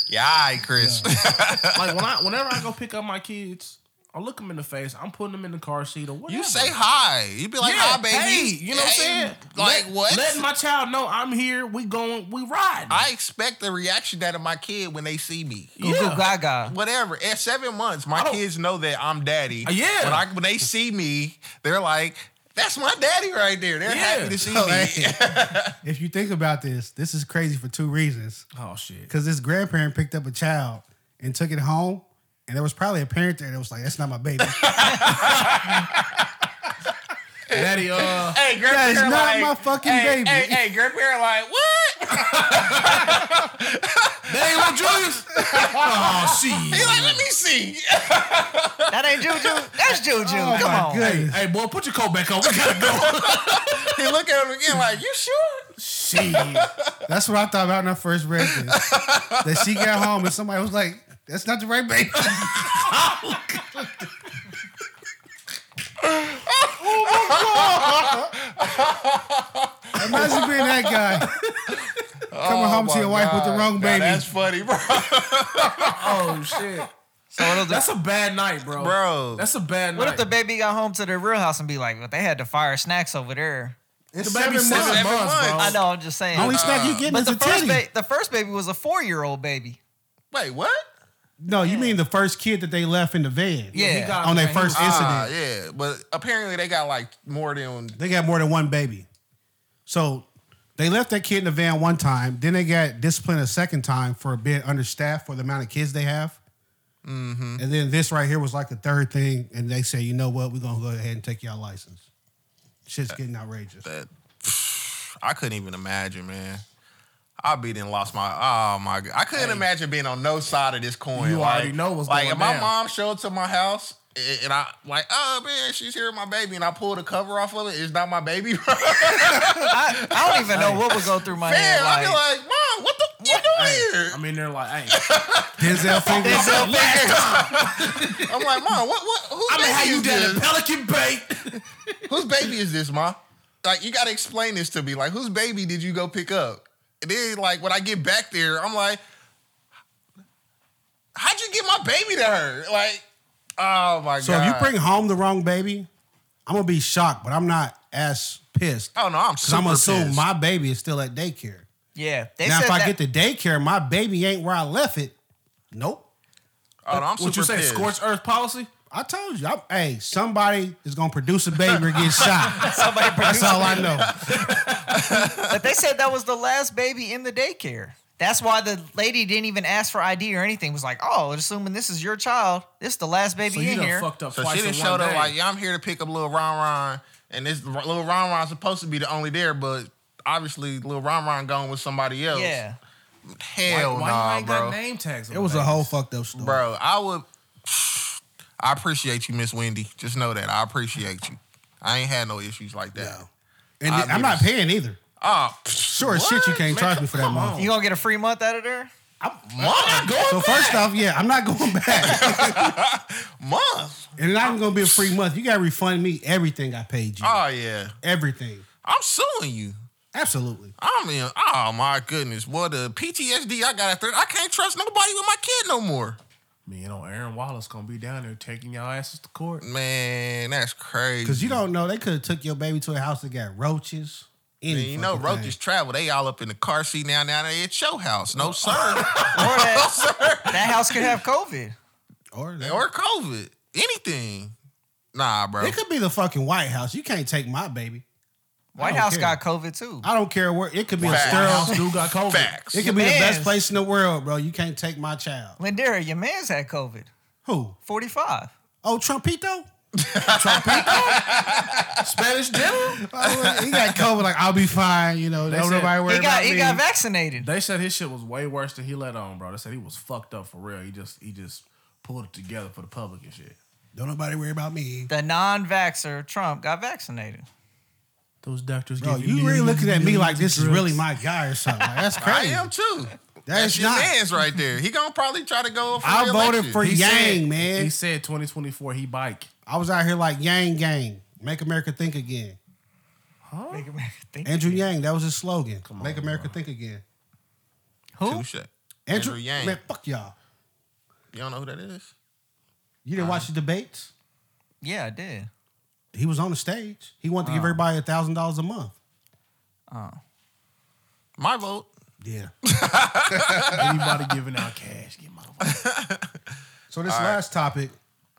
Yeah, all right, Chris. like when I, whenever I go pick up my kids, I look them in the face. I'm putting them in the car seat or whatever. you say hi. You be like, Yeah, hi, baby. Hey, you know what I'm Hey, saying? Like, Let- what? Letting my child know I'm here. We going. We ride. I expect the reaction out of my kid when they see me. Goo goo Yeah. gaga. Whatever. At seven months, I my don't- kids know that I'm daddy. Uh, yeah. When, I, when they see me, they're like, that's my daddy right there. They're Yeah. happy to see So, me. hey, if you think about this, this is crazy for two reasons. oh shit. Because this grandparent picked up a child and took it home, and there was probably a parent there that was like, "That's not my baby. Daddy, uh, Hey, That grandparent is not like, my fucking hey, baby." Hey, hey, grandparent like, what? that ain't what Julius. oh He shit. like, let me see. That ain't Juju. That's Juju. Oh Come my on. goodness! Hey boy, put your coat back on. We gotta go. he look at him again like, you sure? shit. That's what I thought about when I first read this. that she got home and somebody was like, "That's not the right baby." Imagine being that guy coming home to your wife with the wrong baby. that's funny, bro. Oh shit. So it'll That's a just, bad night, bro. Bro. That's a bad what night. if the baby got home to their real house and be like, "Well, they had to fire snacks over there." it's the baby's seven seven months. months, months. bro. I know. I'm just saying. The only snack you getting but is the a first, titty. ba- the first baby was a four year old baby. Wait, what? no, you mean the first kid that they left in the van? Yeah. He got- on their man, he first was- incident. Ah, yeah, but apparently they got like more than They got more than one baby. So they left that kid in the van one time. Then they got disciplined a second time for being understaffed for the amount of kids they have. Mm-hmm. And then this right here was like the third thing. And they say, you know what? We're going to go ahead and take y'all license. Shit's getting outrageous. that. I couldn't even imagine, man. I be done lost my oh my god. I couldn't imagine being on no side of this coin. You like, already know what's like going if my down. mom showed to my house a- and I like, oh man, she's here with my baby, and I pulled the cover off of it. It's not my baby, bro. I, I don't even know what would go through my man, head. I'd Like, be like, mom, what the f- you doing I mean, they're like, hey, Denzel Fingers. here? I'm like, mom, what what whose I mean, how baby you is down at this? Pelican Bay? Whose baby is this, ma? Like, you gotta explain this to me. Like, whose baby did you go pick up? And then, like, when I get back there, I'm like, how'd you get my baby to her? Like, oh my So god. if you bring home the wrong baby, I'm going to be shocked, but I'm not as pissed. oh no, I'm Because super I'm going to assume pissed. my baby is still at daycare. yeah. They now, said if I that- get to daycare, my baby ain't where I left it. Nope. Oh no, I'm super What you say? pissed. Scorched Earth policy? I told you, I'm, hey, somebody is gonna produce a baby or get shot. That's all I know. But they said that was the last baby in the daycare. That's why the lady didn't even ask for ID or anything. Was like, oh, assuming this is your child, this is the last baby So you in done here. fucked up So twice she didn't in show one up day. like, yeah, I'm here to pick up little Ron Ron, and this little Ron Ron's supposed to be the only there, but obviously little Ron Ron gone with somebody else. Yeah. Hell why, no, why you ain't bro. got name tags? on It was the a babies? whole fucked up story. Bro, I would. I appreciate you, Miss Wendy. Just know that I appreciate you. I ain't had no issues like that. Yeah. And I I'm not mean- paying either. Oh, Sure as shit you can't charge me for that month. You gonna get a free month out of there? month going So first off, yeah, I'm not going back. month. and it's not even gonna be a free month. You gotta refund me everything I paid you. Oh yeah, everything. I'm suing you. Absolutely. I mean, oh my goodness, what a PTSD I got after. I can't trust nobody with my kid no more. Me and old Aaron Wallace gonna be down there taking y'all asses to court. Man, that's crazy. Cause you don't know, they could have took your baby to a house that got roaches. Any Man, you know, fucking roaches thing. travel. They all up in the car seat now. Now they at your house. No sir. Or that, that house could have COVID. Or that. or COVID. Anything. Nah, bro. it could be the fucking White House. You can't take my baby. White don't House care. got COVID too. I don't care where it could be Facts. a Our sterile house dude got COVID. Facts. It could be the best Yes. place in the world, bro. You can't take my child. Lindera, your man's had COVID. Who? 45. Oh, Trumpito? Spanish dinner. Oh, he got COVID. Like, I'll be fine. You know, don't said- nobody worry He got about he me. got vaccinated. They said his shit was way worse than he let on, bro. They said he was fucked up for real. He just he just pulled it together for the public and shit. don't nobody worry about me. The non-vaxxer Trump got vaccinated. Those doctors. Bro, give you really millions looking and at me millions like of this is drugs. really my guy or something. Like, that's I crazy. am too. That's That's your not- man's right there. He gonna probably try to go for I voted re-election. for He Yang, said- man. He said 2024 he bike. I was out here like Yang Gang. Make America think again. Make America think- Andrew Yang, that was his slogan. Make America think again. Who? Touche. Andrew, Andrew Yang. Man, fuck y'all. You don't know who that is? You didn't watch the debates? Yeah, I did. He was on the stage. He wanted to give everybody a thousand dollars a month. My vote. Yeah. Anybody giving out cash, get my So this last topic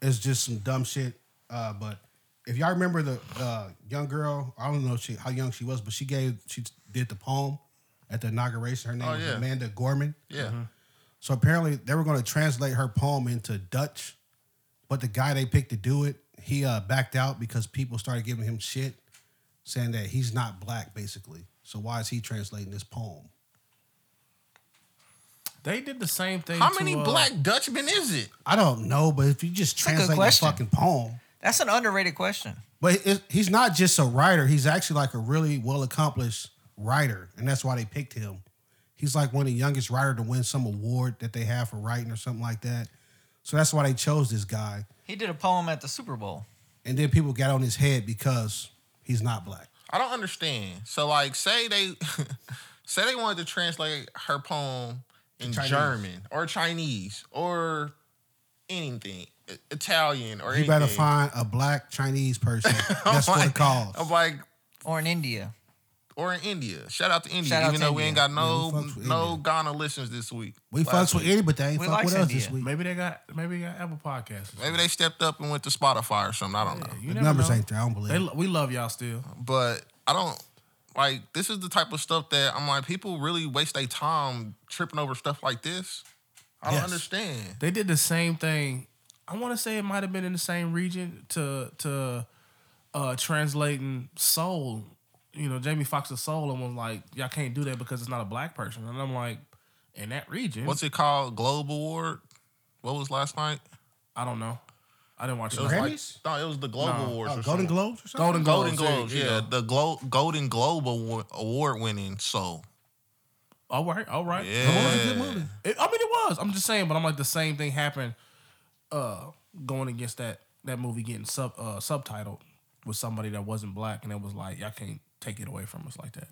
is just some dumb shit. Uh, but if y'all remember the uh, young girl, I don't know she, how young she was, but she gave she did the poem at the inauguration. Her name Oh, was yeah. Amanda Gorman. Yeah. Mm-hmm. So apparently they were going to translate her poem into Dutch, but the guy they picked to do it, he uh, backed out because people started giving him shit, saying that he's not black basically. So why is he translating this poem? They did the same thing. How to, many uh, black Dutchmen is it? I don't know, but if you just a good translate the question. fucking poem, That's an underrated question. But it, he's not just a writer. He's actually like a really well accomplished writer, and that's why they picked him. He's like one of the youngest writer to win some award that they have for writing or something like that. So that's why they chose this guy. He did a poem at the Super Bowl. And then people got on his head because he's not black. I don't understand. So like say they say they wanted to translate her poem in Chinese. German or Chinese or anything. I- Italian or You anything. better find a black Chinese person. That's for the cause. I'm like Or in India. or in India. Shout out to India, Shout out even to though we ain't India. got no Yeah, we fucks with no India. Ghana listeners this week. We Last fucks with week. anybody, but they ain't We fuck likes with us India. this week. Maybe they got maybe they got Apple Podcasts. Maybe they stepped up and went to Spotify or something. I don't know. You The never numbers know. ain't there. I don't believe. They, it. lo- we love y'all still. But I don't like this is the type of stuff that I'm like, people really waste their time tripping over stuff like this. I don't Yes. understand. They did the same thing. I want to say it might have been in the same region to to uh translating soul. You know, Jamie Foxx's soul, and was like, "Y'all can't do that because it's not a black person." And I'm like, in that region, What's it called? Globe Award? What was last night? I don't know. I didn't watch It it. was like, Grammys? no, it was the Globe No. Awards. Oh, or Golden something. Globes or something? Golden Golden Globes. there Globes, you yeah, go. the Glo- Golden Globe award winning soul. All oh, right. All right. That was a Yeah, good movie. It- I mean, it was. I'm just saying, but I'm like the same thing happened. Uh, going against that that movie getting sub uh subtitled with somebody that wasn't black, and it was like y'all can't take it away from us like that.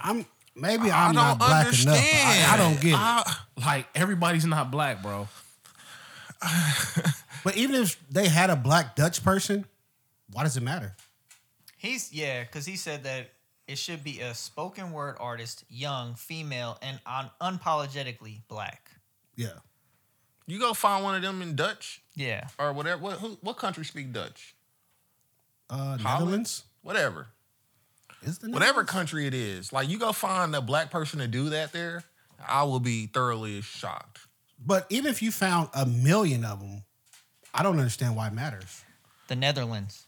I'm maybe I I'm not don't black understand. enough. I, I don't get it. I- Like everybody's not black, bro. But even if they had a black Dutch person, why does it matter? He's yeah, because he said that it should be a spoken word artist, young, female, and un- unapologetically black. Yeah. you go find one of them in Dutch Yeah. or whatever. What who, what country speak Dutch? Uh, Holland? Netherlands? Whatever, Is the whatever Netherlands? country it is. Like you go find a black person to do that there, I will be thoroughly shocked. But even if you found a million of them, I don't understand why it matters. The Netherlands.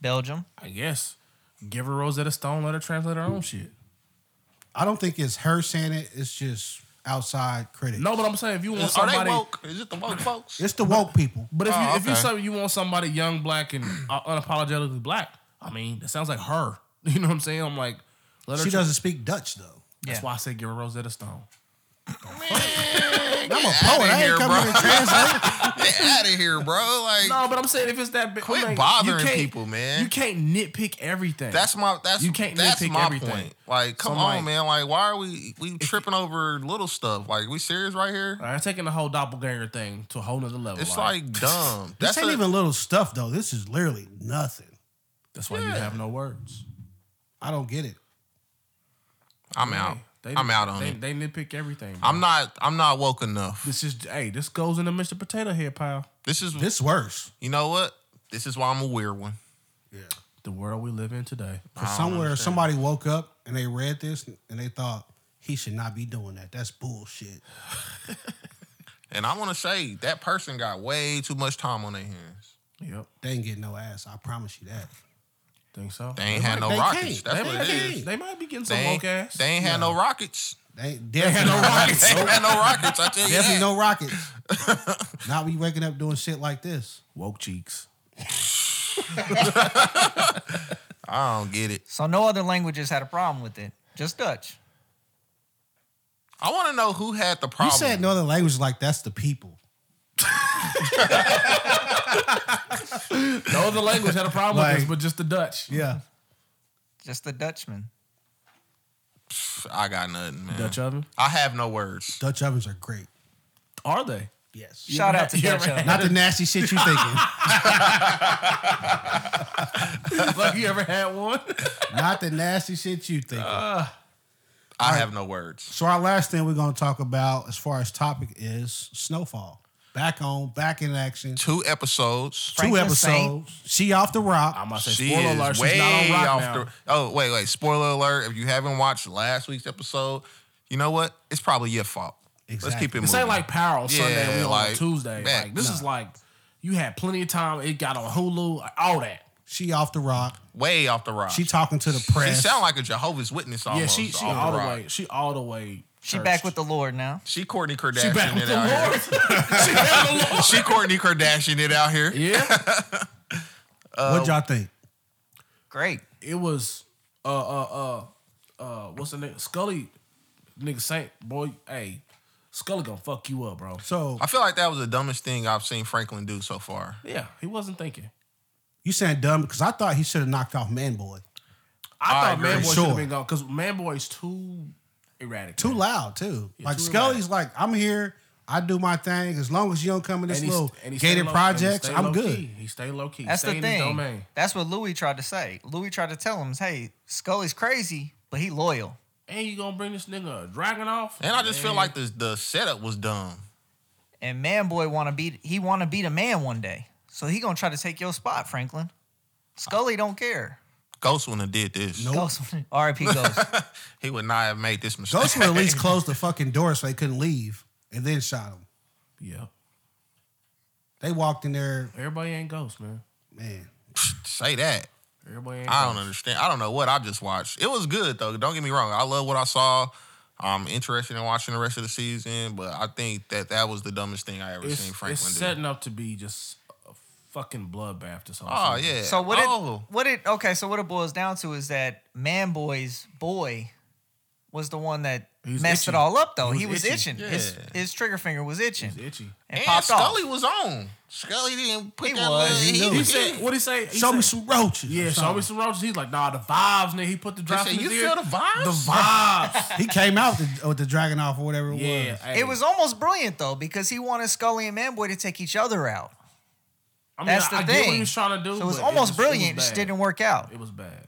Belgium. I guess give her Rosetta Stone, let her translate her own shit. I don't think it's her saying it. It's just outside critics. No, but I'm saying if you want Is- Are they somebody, woke? Is it the woke folks? it's the woke people. but if you Oh, if you okay. say you want somebody young, black, and uh, unapologetically black, I mean, that sounds like her. You know what I'm saying? I'm like, let her. She try- doesn't speak Dutch though. That's Yeah. why I said give her Rosetta Stone. I'm a poet. I here, ain't coming bro. to translate. Get out of here, bro. Like, No, but I'm saying if it's that big, Quit I'm like, you bothering can't- people, man. You can't nitpick everything. that's my that's You can't that's nitpick my everything. point. Like, come So, on, like- man. Like, why are we we tripping over little stuff? Like, we serious right here? All right, taking the whole doppelganger thing to a whole nother level. It's like dumb. This That's ain't a- even little stuff though. This is literally nothing. that's why you Yeah. have no words. I don't get it. I'm out. They- I'm out on they, it. They nitpick everything. bro. I'm not. I'm not woke enough. This is hey. This goes into Mr. Potato Head pile. This is. This worse. You know what? This is why I'm a weird one. Yeah. The world we live in today. Cause somewhere somebody woke up and they read this and they thought he should not be doing that. That's bullshit. And I want to say that person got way too much time on their hands. Yep. They ain't getting no ass. I promise you that. Think so? They ain't had no they rockets. can't. That's They what might, it be- is. they might be getting They some ain't, woke ass. they ain't had no rockets. They ain't definitely no no They rockets. ain't had no rockets. I tell you Definitely that. no rockets. not be waking up doing shit like this. woke cheeks. I don't get it. So no other languages had a problem with it. Just Dutch. I want to know who had the problem. You said no other language like that's the people. No other language had a problem with Like- this, but just the Dutch. Yeah. Just the Dutchman. I got nothing, man. Dutch oven. I have no words. Dutch ovens are great. Are they? Yes. Shout out to yeah, Dutch. right. oven. Not the nasty shit you thinking. like you ever had one? Not the nasty shit you thinking. I have no words. so our last thing we're gonna talk about as far as topic is snowfall. Back on, back in action. Two episodes. Two Franklin episodes. Saint. She off the rock. I'm about to say She spoiler is alert. way She's not on rock off now. the. Oh wait, wait. Spoiler alert! If you haven't watched last week's episode, you know what? It's probably your fault. Let's Exactly. keep it This moving. ain't like Power on Sunday. and Yeah, We on like, a Tuesday. man, like this is like you had plenty of time. It got on Hulu. All that. She off the rock. way off the rock. She talking to the She press. sound like a Jehovah's Witness Yeah, almost. she she off all the rock. way. She all the way. She churched. back with the Lord now. She Courtney Kardashian She back with it the out Lord. here. she back with the Lord. She Courtney Kardashian it out here. Yeah. what uh, y'all think? Great. it was uh uh uh uh what's the name Scully nigga Saint boy hey Scully gonna fuck you up bro So I feel like that was the dumbest thing I've seen Franklin do so far. yeah he wasn't thinking you saying dumb? Because I thought he should have knocked off Man Boy. I, I thought agree. Man Boy Sure. should have been gone because Man Boy's too erratic Too man. loud too. like too Scully's like, I'm here. I do my thing. As long as you don't come in this And he- little and he stayed gated low- projects, and he stayed I'm good. low-key. He stayed low key. That's stayed the In his thing. domain. That's what Louis tried to say. Louis tried to tell him, "Hey, Scully's crazy, but he loyal." And you gonna bring this nigga a dragon off? And I just feel Man. like the the setup was dumb. And man, boy, want to be he want to be the man one day. So he gonna try to take your spot, Franklin. Scully don't care. Ghost wouldn't have did this. Nope. Ghost, R.I.P. Ghost. He would not have made this mistake. Ghost would at least close the fucking door so they couldn't leave, and then shot him. yeah, They walked in there, everybody ain't ghost man. man. Say that. Everybody ain't. I ghost. don't understand. I don't know what I just watched. It was good though. Don't get me wrong. I love what I saw. I'm interested in watching the rest of the season, but I think that that was the dumbest thing I ever It's, seen it's Franklin do. setting up to be just a fucking bloodbath this whole. Oh season. yeah. So what it Oh, what it okay, so what it boils down to is that man boy's boy was the one that He was messed itching. it all up though. He He, was was itching. itching. His Yeah. his trigger finger was itching. It's itchy. And, and popped Scully off. was on. Scully didn't put He that. was. little- He knew. He said, "What he say? He Show me said- some roaches. or Yeah, show something. me some roaches. He's like, nah, the vibes, nigga. He put the drops said, in his "You ear. feel the vibes?" The vibes. He came out with the, with the dragon off or whatever it yeah. was. hey. It was almost brilliant though, because he wanted Scully and Manboy to take each other out. I mean, That's I, the I thing. get what he was trying to do. So it was but almost just- brilliant. It, was just bad. didn't work out. It was bad.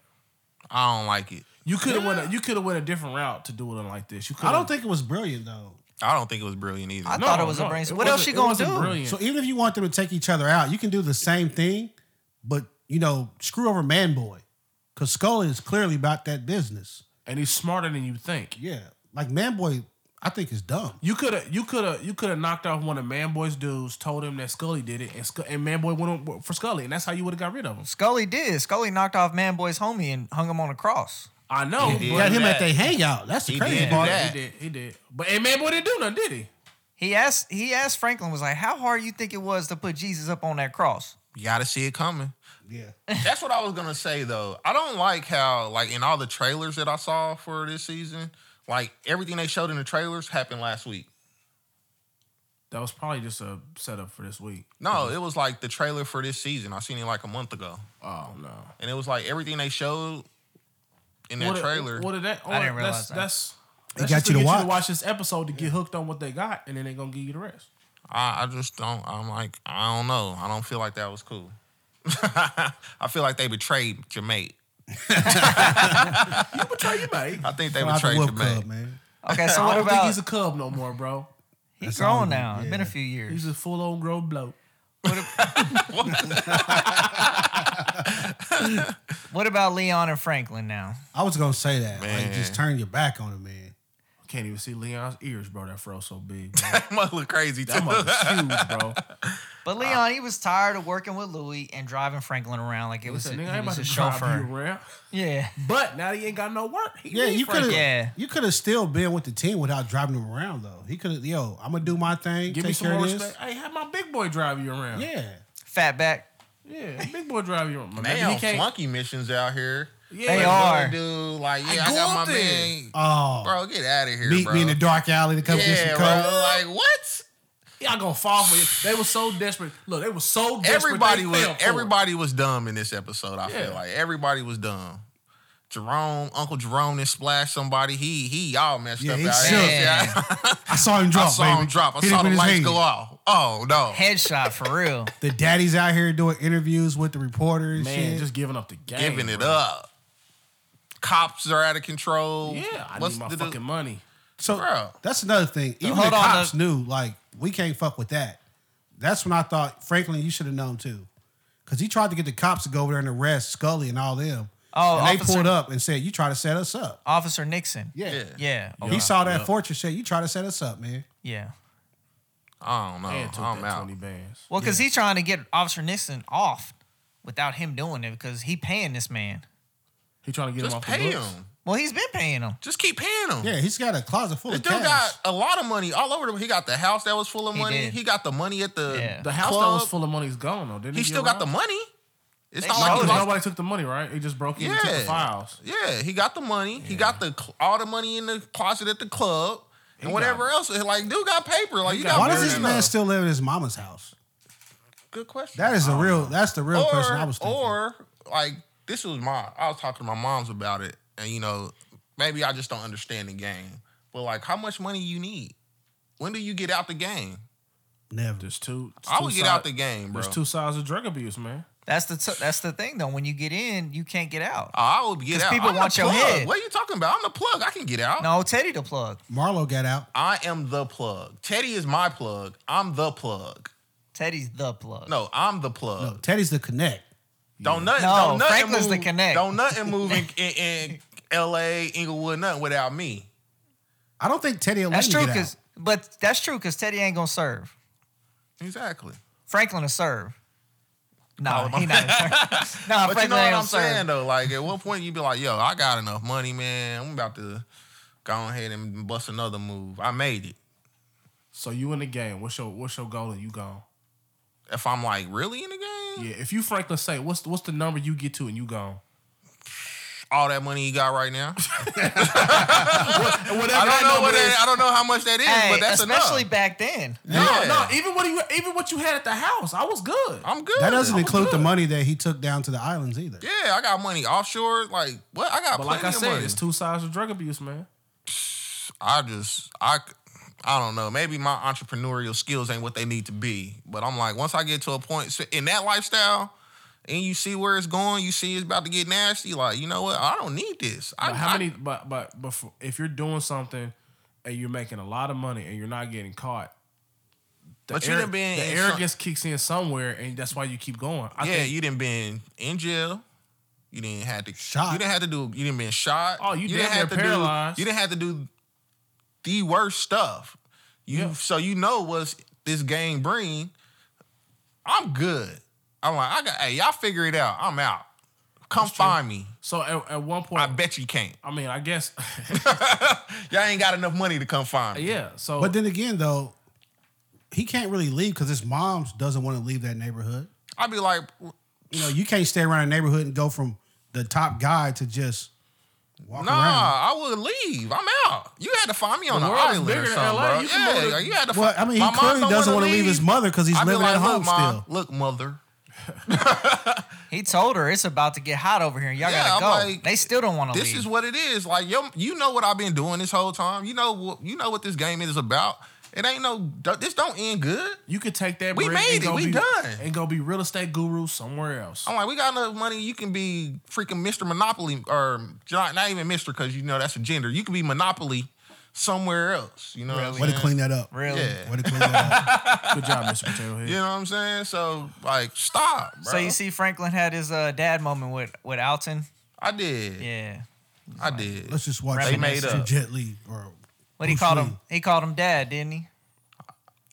I don't like it. You could have went. A, you could have went a different route to do it like this. You could. I don't think it was brilliant though. I don't think it was brilliant either. I thought it was a brain. What else she gonna do? Brilliant. So even if you want them to take each other out, you can do the same thing, but you know, screw over Man Boy, because Scully is clearly about that business. and he's smarter than you think. Yeah, like Man Boy, I think is dumb. You could have. You could have. You could have knocked off one of Manboy's dudes. Told him that Scully did it, and Scu- and Manboy went on for Scully, and that's how you would have got rid of him. Scully did. Scully knocked off Manboy's homie and hung him on a cross. I know. did. but- Got him that- at they hangout. That's the he crazy did part. that. He did. He did. But and Manboy didn't do nothing, did he? He asked he asked Franklin was like, "How hard you think it was to put Jesus up on that cross?" You gotta see it coming. Yeah. That's what I was gonna say though. I don't like how like in all the trailers that I saw for this season, like everything they showed in the trailers happened last week. That was probably just a setup for this week. No, it was like the trailer for this season. I seen it like a month ago, Oh no! and it was like everything they showed in that What a- trailer. What did that? I didn't oh, that's, realize that. That's It that's got just you to get watch. you to watch this episode to get hooked on what they got, and then they're gonna give you the rest. I, I just don't. I'm like, I don't know. I don't feel like that was cool. I feel like they betrayed Jermaine. You betray your mate. I think they Shout out to betrayed Wolf Club, Jermaine. man. Okay, so I what don't think about he's a cub no more, bro. he's That's all grown he- now? It's been a yeah. few years. He's a full on grown bloke. What about Leon and Franklin now? I was gonna say that. Like, Man. just turn your back on him, man. Can't even see Leon's ears, bro. That fro so big. Bro. That mother look crazy too. That mother's huge, bro. Uh, But Leon, he was tired of working with Louis and driving Franklin around like it was, Listen, a, nigga, I he ain't about was to his drive chauffeur. you around. Yeah, But now he ain't got no work. He Yeah, needs you could have. Franklin. Yeah. You could have still been with the team without driving him around though. He could have. Yo, I'm gonna do my thing. Give take me some care more of this. respect. Hey, have my big boy drive you around. Yeah. fat back. yeah. Big boy drive you around. They Maybe on he can't- flunky missions out here. Yeah, They They are. dude. Like, yeah, I, go got up my there. man. Oh, Bro, get out of here, meet bro. me in the dark alley to come get yeah, some bro. coke. Like, what? Y'all gonna fall for it. They were so desperate. Look, they were so desperate. Everybody they was fell for it. everybody was dumb in this episode. I Yeah. feel like everybody was dumb. Jerome, Uncle Jerome, then splashed somebody. He he y'all messed Yeah, up he out shook. here. Yeah. I saw him drop. I saw him baby. drop. I Hit saw him the in his lights head. go off. Oh no. Headshot for real. The daddy's out here doing interviews with the reporters. Man, shit. just giving up the game. Giving it bro. up. Cops are out of control. Yeah, I What's need my the- the- fucking money. so bro. that's another thing. Even hold the on, cops the- knew. Like we can't fuck with that. That's when I thought Franklin, you should have known too, because he tried to get the cops to go over there and arrest Scully and all them. Oh, and they officer- pulled up and said, "You try to set us up." Officer Nixon. Yeah, Oh, Yeah. Yeah. he Okay. saw that fortress. Said, "You try to set us up, man." Yeah. I don't know. Man, took Oh, I'm that out. 20 bands. Well, because he's trying to get Officer Nixon off without him doing it because he paying this man. He trying to get him Just off pay the books. him. Well, he's been paying him. Just keep paying him. Yeah, he's got a closet full This of dude cash. got a lot of money all over the. He got the house that was full of He money. He, did. got the money at the Yeah. The house club. that was full of money is gone though. Didn't He get still got the robbed? money. It's They not like he showed Nobody, it. lost. nobody took the money, right? He just broke in and took the Yeah, files. yeah. He got the money. He got the cl- all the money in the closet at the club and He whatever else. Like dude got paper. Like you got- got. Why does very this enough. man still live in his mama's house? Good question. That is the real. That's the real or, question I was thinking. Or like this was my I was talking to my mom's about it, and you know, maybe I just don't understand the game. But like how much money you need? When do you get out the game? Never. There's two. there's I two would get side- out the game, bro. There's two sides of drug abuse, man. That's the t- that's the thing though. When you get in, you can't get out. I would get 'Cause out. people I'm the want your plug. head. What are you talking about? I'm the plug. I can get out. No, Teddy the plug. Marlo got out. I am the plug. Teddy is my plug. I'm the plug. Teddy's the plug. No, I'm the No, plug. Teddy's the connect. Don't nothing. No, don't nothing Franklin's move, the connect. Don't nothing move in, in, in L.A. Inglewood, nothing without me. I don't think Teddy will let that's him true. get out. Cause but that's true because Teddy ain't gonna serve. Exactly. Franklin will serve. No, Oh, my- he not. gonna serve. nah, But Franklin you know ain't what gonna I'm serve. saying though. Like at one point you'd be like, "Yo, I got enough money, man. I'm about to go ahead and bust another move. I made it." So you in the game. What's your what's your goal and you gone? If I'm like really in the game, Yeah. If you Franklin say, what's what's the number you get to and you gone? all that money you got right now, And whatever I that don't know number what is- that, I don't know how much that is, Hey, but that's especially enough. back then. No, Yeah. no. Even what you even what you had at the house, I was good. I'm good. That doesn't I'm include the good. money that he took down to the islands either. Yeah, I got money offshore. Like what? I got but plenty like I of said, money. it's two sides of drug abuse, man. I just I I don't know. Maybe my entrepreneurial skills ain't what they need to be. But I'm like, once I get to a point in that lifestyle, and you see where it's going, you see it's about to get nasty. Like, you know what? I don't need this. I, But how I- many? But but but for- if you're doing something and you're making a lot of money and you're not getting caught, the, But you done been the in some- arrogance kicks in somewhere, and that's why you keep going. I yeah, think, you didn't been in jail. You didn't have to Shot. You didn't have to do. You didn't been shot. Oh, you damn have near paralyzed. do. You didn't have to do the worst stuff. You Yeah. so you know what's this game bring. I'm good. I'm like I got. Hey, y'all figure it out. I'm out. Come find me. so at, at one point, I I, bet you can't. mean, I guess, Y'all ain't got enough money to come find me. yeah. So But then again, though, he can't really leave because his mom doesn't want to leave that neighborhood. I'd be like, You know, you can't stay around a neighborhood and go from the top guy to just walk nah, around. I would leave. I'm out. You had to find me on The an world is island bigger or than something, LA. bro. You can yeah, go to- like, you had to. Well, fi- I mean, My he mom clearly don't doesn't wanna wanna leave his mother 'cause he's I'd be living at like, home look, Ma, still." Look, mother. He told her it's about to get hot over here. Y'all Yeah, gotta I'm go. like, they still don't want to This leave. is what it is. Like, yo, you know what I've been doing this whole time. You know, what you know what this game is about. It ain't no. This don't end good. You could take that. We bread made and it. go We be, done. And go be real estate guru somewhere else. I'm like, we got enough money. You can be freaking Mr. Monopoly, or not, not even Mr. Because you know that's a gender. You can be Monopoly somewhere else. You know, what I'm Way to saying? clean that up. Really? Yeah. Way to clean that up. Good job, Mr. Potato Head. You know what I'm saying? So like, stop, bro. So you see, Franklin had his uh, dad moment with with Alton. I did. Yeah. I did. Let's just watch They some, made some up. Jet Li or What he Bruce called Lee. him? He called him dad, didn't he?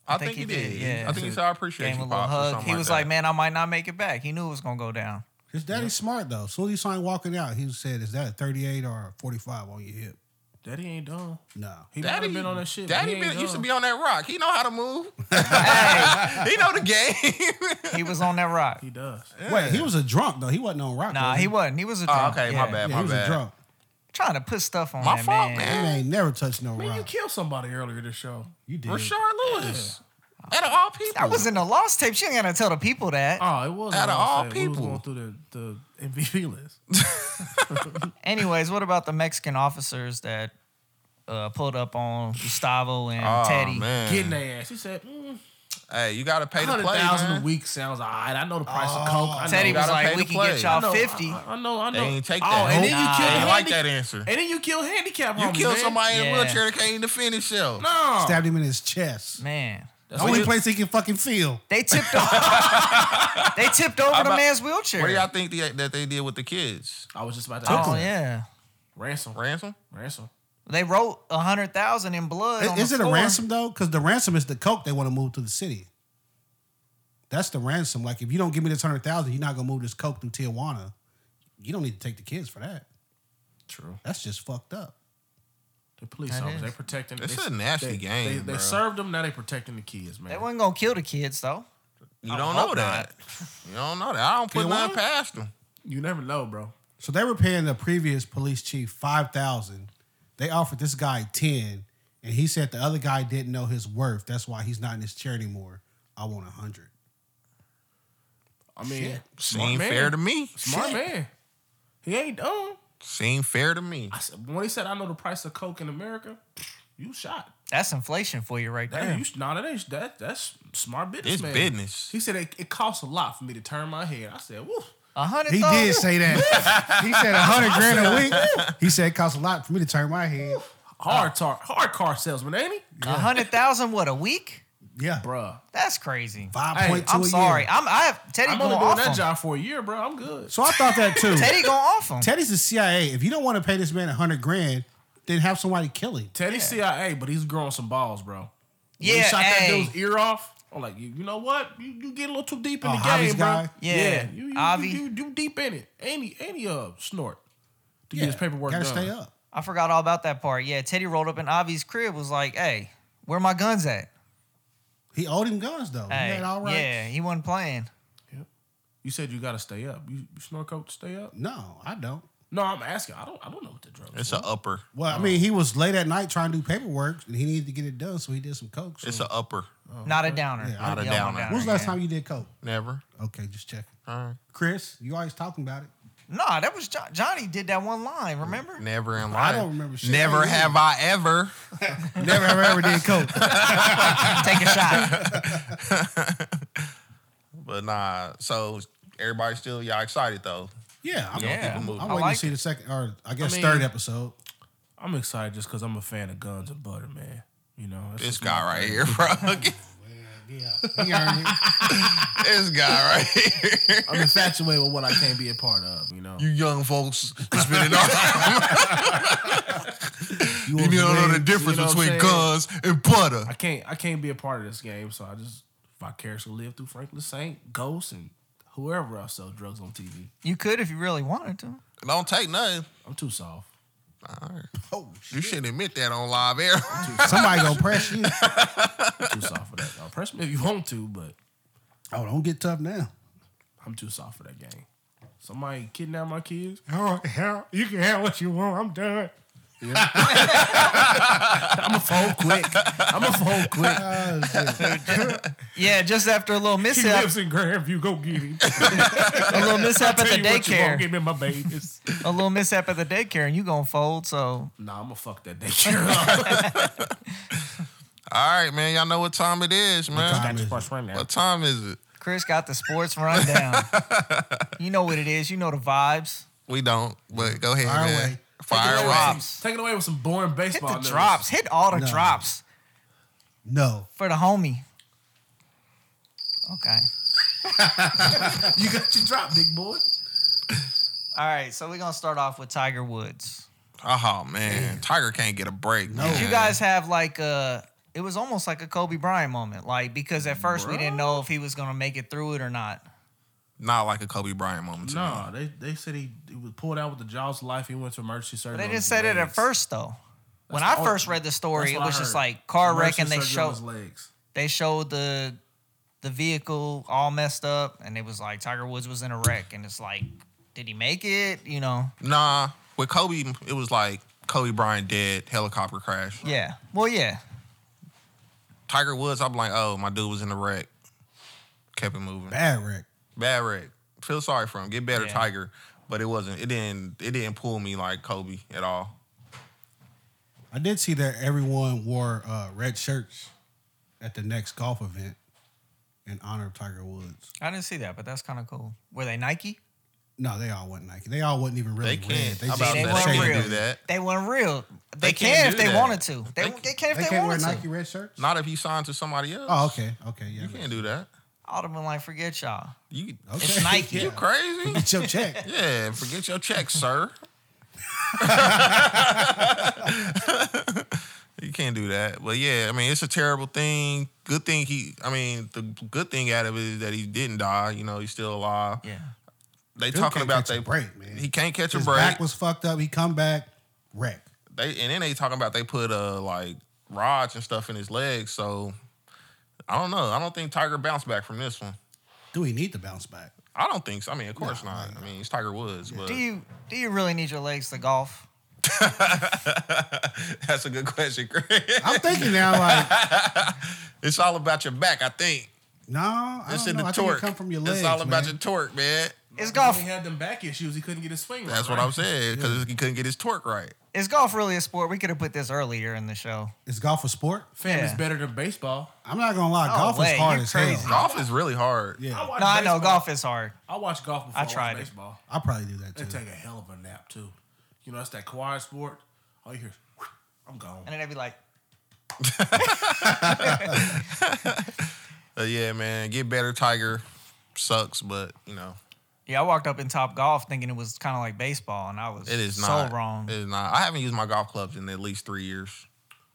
I, think, he did. yeah. I think he said, I appreciate Gave him you, a little Pops," or hug. something He was that. like, "Man, I might not make it back." He knew it was gonna go down. His daddy's smart though. As soon as he saw him walking out, he said, "Is that a 38 or a 45 on your hip?" Daddy ain't done. No. He might Daddy have been on that shit. but Daddy he ain't been, used to done. be on that rock. He know how to move. hey, he know the game. he was on that rock. He does. Wait, he was a drunk though. He wasn't on rock. Nah, was he wasn't. He was a drunk. oh, okay, my Yeah. bad, Yeah, my he was bad. a drunk. Trying to put stuff on My that fault, man. He man. ain't never touched no Man, you rock. killed somebody earlier this show. You did. Rashard Lewis. Out of all people, That was in the lost tape. She ain't gotta tell the people that. Oh, it was what Out of I all said. We was people. going through the, the MVP list. Anyways, what about the Mexican officers that uh, pulled up on Gustavo and Oh, Teddy? man. Getting their ass. He said, mm, Hey, you gotta pay to hundred play, thousand a man. Oh, week sounds all right. I know the price of coke. I know- Teddy You was gotta like, pay "We to can play. get I y'all know, 50. I, I know. I know. They ain't take Oh, that. and then Nah. you They kill ain't like handi- that answer. And then you kill handicap. You homies, killed man. somebody in a Yeah. wheelchair that can't even defend itself. No. Stabbed him in his chest. Man, the only place he can fucking feel. they tipped over. they tipped over the about- man's wheelchair. What do y'all think the, that they did with the kids? I was just about to. oh ask. yeah, Ransom. Ransom? Ransom. they wrote a hundred thousand in blood. on Is, the is it a floor. ransom though? Because the ransom is the coke they want to move to the city. That's the ransom. Like if you don't give me this hundred thousand, you're not gonna move this coke through Tijuana. You don't need to take the kids for that. True. That's just fucked up. The police That officers. is. They protecting. This they- is a nasty they, game, They, bro. they served them. Now they protecting the kids, man. They wasn't gonna kill the kids though. You I don't hope know that. You don't know that. I don't put You nothing what? past them. you never know, bro. So they were paying the previous police chief five thousand. They offered this guy ten, and he said the other guy didn't know his worth. That's why he's not in his chair anymore. I want a hundred. I mean, smart Seemed man. fair to me. Smart man. He ain't dumb. Seemed fair to me. I said, when he said, "I know the price of coke in America," you shot. That's inflation for you right That, there. you, nah, that ain't that. That's smart business. It's man. business. He said it, it costs a lot for me to turn my head. I said, "Woo." A hundred. He thousand? did say that. he said a hundred grand a week. He said it costs a lot for me to turn my head. Uh. Hard tar, hard car salesman, ain't he? A hundred thousand what a week? Yeah, Bruh. That's crazy. five Hey, point two. I'm a sorry. Year. I'm I have Teddy I'm going only doing off that him. job for a year, bro. I'm good. So I thought that too. Teddy going off him. Teddy's the CIA. If you don't want to pay this man a hundred grand, then have somebody kill him. Teddy CIA, but he's growing some balls, bro. When he Yeah, shot that hey. dude's ear off. I'm like, you, you know what? You, you get a little too deep in Oh, the Javi's game, bro. guy? Yeah, you you, Javi. you, you you deep in it. Any any uh snort to get his paperwork gotta done. stay up. I forgot all about that part. Yeah, Teddy rolled up in Avi's crib, was like, hey, where my guns at? He owed him guns though. Hey, he had all right. Yeah, he wasn't playing. You said you gotta stay up. You, you snort coke to stay up? No, I don't. No, I'm asking. I don't I don't know what the drugs. It's are. a upper. Well, I mean, he was late at night trying to do paperwork, and he needed to get it done, so he did some coke. So. It's a upper. Not a downer. Oh, Yeah, Not a Yeah, I'm downer. When was the last yeah. time you did coke? Never. Okay, just checking. All right. Chris, you always talking about it. Nah, that was jo- Johnny did that one line, remember? Never in life. don't remember shit. Never Hey, have I ever. Never ever ever did coke. Take a shot. But nah. So everybody still y'all excited though. Yeah, I'm, Yeah. I'm, I'm I waiting like to see it. the second or I guess mean- third episode. I'm excited just because I'm a fan of guns and butter, man. You know, that's This just my guy right thing. here, bro. Yeah, he earned it. this guy right here. I'm infatuated with what I can't be a part of. You know, You young folks spending all You, you don't was know the winning. difference know what I'm between saying? guns and butter. I can't I can't be a part of this game, so I just vicariously live through Franklin Saint, Ghost, and whoever else sells drugs on TV. You could if you really wanted to. Don't take nothing. I'm too soft. All right. Oh, You shouldn't admit that on live air. somebody gonna press you. too soft for that. Though. Press me if you want to, but Oh, don't get tough now. I'm too soft for that game. Somebody kidnap my kids? All right, hell, you can have what you want. I'm done. I'm a phone quick. I'm a phone quick. Oh, shit. Yeah, just after a little He mishap, lives in Grandview. Go get him. a little mishap Tell at the you what you want, daycare, Give me my babies. a little mishap at the daycare, and you gonna fold. So Nah, I'm gonna fuck that daycare up. All right, man. Y'all know what time it is, man. time? What time is it? Chris got the sports rundown. you know what it is. You know the vibes. We don't, but go ahead, Fire man. away. Fire away. Drops. Take it away with some boring Hit baseball. the news. drops. Hit all the No. drops No, for the homie. Okay. You got your drop, big boy. All right. So we're gonna start off with Tiger Woods. Oh man, Tiger can't get a break. No, Did you guys have like a? It was almost like a Kobe Bryant moment, like because at first we didn't know if he was gonna make it through it or not. not like a Kobe Bryant moment. No, No, they they said he, he was pulled out with the jaws of life. He went to emergency surgery. But they on didn't his say that at legs. first though. When That's I all- first read the story, That's it what I was just heard. like car wreck, Emergency and they surgery on showed his legs. they showed the the vehicle all messed up, and it was like Tiger Woods was in a wreck, and it's like, did he make it? You know? nah. With Kobe, it was like Kobe Bryant dead, helicopter crash. Yeah. Well, yeah. Tiger Woods, I'm like, oh, my dude was in the wreck. Kept it moving. Bad, bad wreck. wreck. Feel sorry for him. Get better, Yeah. Tiger. But it wasn't. It didn't. It didn't pull me like Kobe at all. I did see that everyone wore uh, red shirts at the next golf event in honor of Tiger Woods. I didn't see that, but that's kind of cool. Were they Nike? No, they all wasn't Nike. They all wasn't even They really can't. red. They How just about they wore that? They weren't shaded. can't real. do that. They weren't real. They, They can can't do if they that. wanted to. They they, They- can if They they, can't wear wanted to. Nike red shirts. Not if he signed to somebody else. Oh, okay, okay, yeah. You can't do that. I'd have been like, forget y'all. You Okay. It's Nike. you crazy? It's your check. yeah, forget your check, sir. you can't do that. But yeah, I mean, it's a terrible thing. Good thing he, I mean, the good thing out of it is that he didn't die. You know, he's still alive. Yeah. They Dude talking can't about catch they a break, man. He can't catch His a break. back was fucked up. He come back, wreck. they and then they talking about they put uh like rods and stuff in his legs. So I don't know. I don't think Tiger bounced back from this one. Do we need to bounce back? I don't think so. I mean, of course not. I mean, it's Tiger Woods, but Do you do you really need your legs to golf? that's a good question, Craig. I'm thinking now, like, It's all about your back, I think. no, I It's don't in know. the I think it torque. come from your it's legs. all about man. your torque, man. Is Golf. golf He had them back issues. He couldn't get his swing. That's right, what right? I'm saying because he couldn't get his torque right. is golf really a sport? We could have put this earlier in the show. Is golf a sport? Fam Yeah. is better than baseball. I'm not gonna lie, No golf way, is hard you as crazy. hell. Golf is really hard. Yeah, watch No, I know baseball- golf is hard. I watch golf before I, I watch tried it. baseball. I'll probably do that They too. take a hell of a nap too. You know, that's that quiet sport. All you hear is, "Whew," I'm gone. And then they'd be like, But Uh, yeah, man, get better, Tiger. Sucks, but you know Yeah, I walked up in Top Golf thinking it was kind of like baseball, and I was it is so not wrong. It is not. I haven't used my golf clubs in at least three years.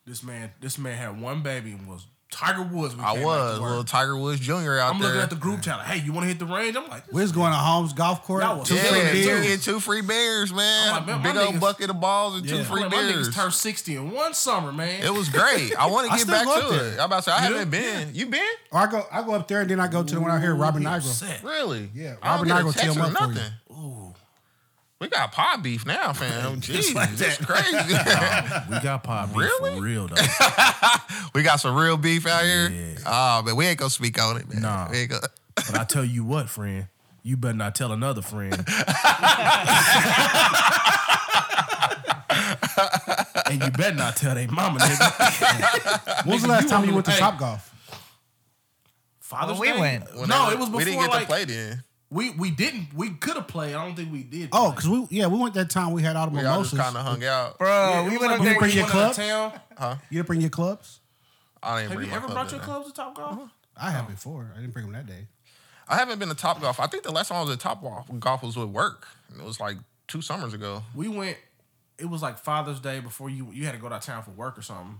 This man, this man had one baby and was Tiger Woods. when he I came back was to work. little Tiger Woods Jr. out I'm there. looking at the group chat. Like, hey, you want to hit the range? I'm like, We was going to Holmes Golf Court. Y'all was Two dead, free yeah, you beers. get two free bears, man. I'm like, man, my Big old niggas- bucket of balls and two Yeah. free like, my beers. niggas turned 60 in one summer, man. It was great. I want to I get still back go up to there. it. I'm about to say I do? haven't been. You been? Or I go, I go up there and then I go to the one out here, Robin He Nigro. upset. Really? Yeah, I don't Robert get a Nigro text teed or 'em up for you. nothing. Ooh, We got pie beef now, fam. Jeez, like that's crazy. we got pop beef Really? for real though. we got some real beef out here. Yeah. Oh, man, we ain't gonna speak on it, man. Nah. We ain't gonna- but I tell you what, friend, you better not tell another friend. and you better not tell they mama, nigga. When was the last you time want you me went to to- Top Golf? Father's When we Day? went. No, Whenever- it was before we didn't get like to play then. we we didn't we could have played. I don't think we did. Oh, play. cause we yeah we went that time we had all the We all just mimosas. kind of hung out. Bro, Yeah, it we was like went up we there. bring went your out clubs? of town. You didn't bring your clubs? I didn't Have bring you my ever club brought that your night. clubs to Top Golf? I have before. I didn't bring them that day. I haven't been to Top Golf. I think the last time I was at Top Golf, golf was with work. It was like two summers ago. We went. It was like Father's Day before you you had to go to town for work or something,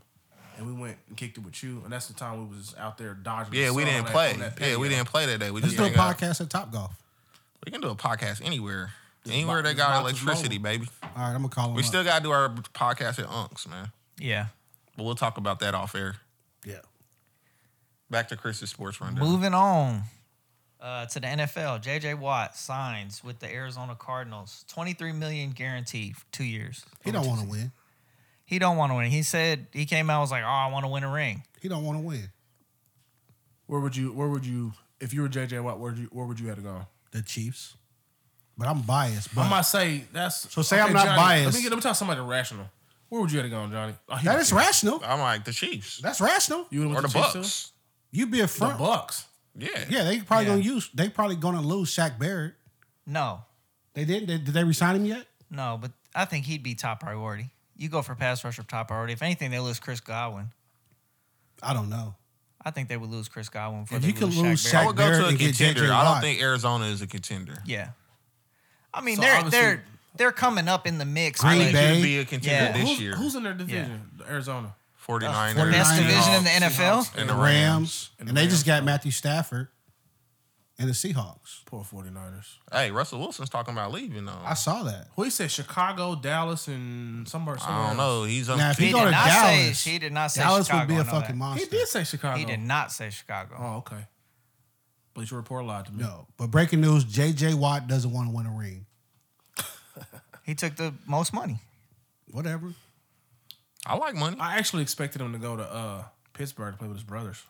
and we went and kicked it with you. And that's the time we was out there dodging. the Yeah, we sun didn't on that- play. on that Yeah, we patio. didn't play that day. We Let's just do a hung out. podcast at Top Golf. We can do a podcast anywhere. Anywhere they it's got about to smoke. electricity, baby. All right, I'm gonna call him. We up. still gotta do our podcast at Unks, man. Yeah. But we'll talk about that off air. yeah. Back to Chris's sports rundown. Moving on uh, to the NFL, J.J. Watt signs with the Arizona Cardinals, twenty-three million guaranteed, for two years. He don't want to win. He don't want to win. He said he came out and was like, "Oh, I want to win a ring." He don't want to win. Where would you? Where would you? If you were JJ Watt, where would you? Where would you have to go? The Chiefs, but I'm biased. But I might say that's. So say I'm not Johnny, Let biased. me get. Let me talk somebody rational. Where would you have to go, Johnny? Oh, he that was is here. rational. I'm like the Chiefs That's rational. You or would've the went to Chiefs Bucks. You be a too? The front. Bucks. Yeah. Yeah, they probably Yeah. gonna use. They probably gonna lose Shaq Barrett. No, They didn't. They, did they resign him yet? no, but I think he'd be top priority. You go for pass rusher top priority. If anything, they lose Chris Godwin. I don't know. I think they would lose Chris Godwin. before If they you could Shaq lose Barrett. I Shaq- would go to Barrett a and get contender. JJ I don't Watt. think Arizona is a contender. Yeah. I mean, So they're obviously- they're they're coming up in the mix. Green I but think Bay. you'd be a contender Yeah. this who's, year. who's in their division? Arizona. Forty-nine. Uh, 49ers. best division in the Seahawks, NFL? Seahawks, And The the Rams, Rams. and, And the they just Rams. got Matthew Stafford and the Seahawks. Poor 49ers. Hey, Russell Wilson's talking about leaving though. I saw that. Who he said? Chicago, Dallas, and somewhere. somewhere I don't else. know. He's on. Now, if He you go did to not say- Dallas, he did not say Dallas Chicago, would be I a know that. fucking monster. He did say Chicago. He did not say Chicago. Oh, okay. Police report lied to me. No, but breaking news: J.J. Watt doesn't want to win a ring. He took the most money. Whatever. I like money. I actually expected him to go to uh, Pittsburgh to play with his brothers.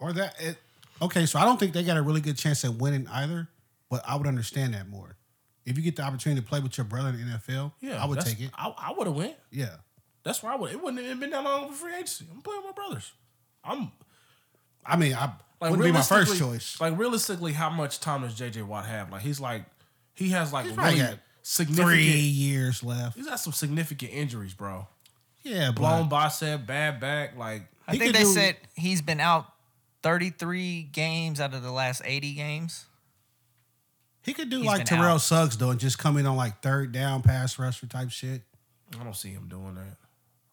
Or that. It, okay, so I don't think they got a really good chance at winning either. But I would understand that more if you get the opportunity to play with your brother in the NFL. I would that's- take it. I, I would have went. Yeah, That's where I would. It wouldn't have been that long of a free agency. I'm playing with my brothers. I'm I mean, I like wouldn't be my first realistically- choice. Like realistically, how much time does JJ Watt have? Like he's like he has like He's probably really got significant. Three years left. He's got some significant injuries, bro. Yeah, Blown but bicep, bad back. Like I He think could they do- said he's been out 33 games out of the last 80 games. he could do He's like been Terrell out. Suggs though, and just come in on like third down pass rusher type shit. I don't see him doing that.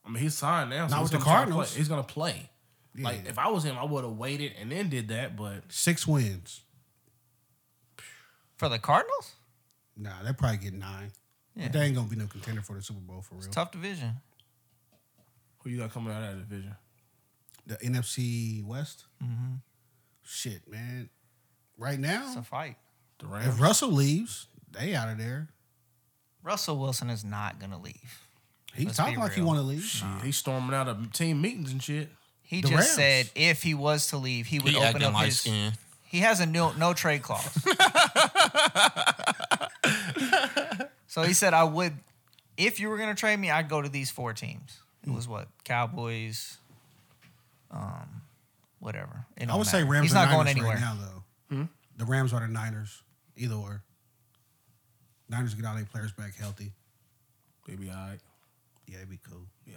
I mean, he's signed now. So Not he's with gonna the try to play. Cardinals. He's gonna play. Like Yeah. if I was him, I would have waited and then did that. But Six wins. For the Cardinals? Nah, they probably get nine. Yeah. But they ain't gonna be no contender for the Super Bowl for It's real. a tough division. who you got coming out of that division? The NFC West. Mm-hmm. Shit, man. Right It's a now, fight. The Rams. if Russell leaves, they out of there. Russell Wilson is not going to leave. He Let's talked be like he real. want to leave. Shit, he's storming out of team meetings and shit. He The just Rams. said if he was to leave, he would He open acting up light his. skinned. He has a no no trade clause. so he said, "I would, if you were going to trade me, I'd go to these four teams." It was what Cowboys, um, whatever. It I don't would say matter. Rams. He's are not going Niners anywhere. Hmm? right now though. The Rams are the Niners. Either or. Niners get all their players back healthy. They be all right. Yeah, it'd be cool. Yeah.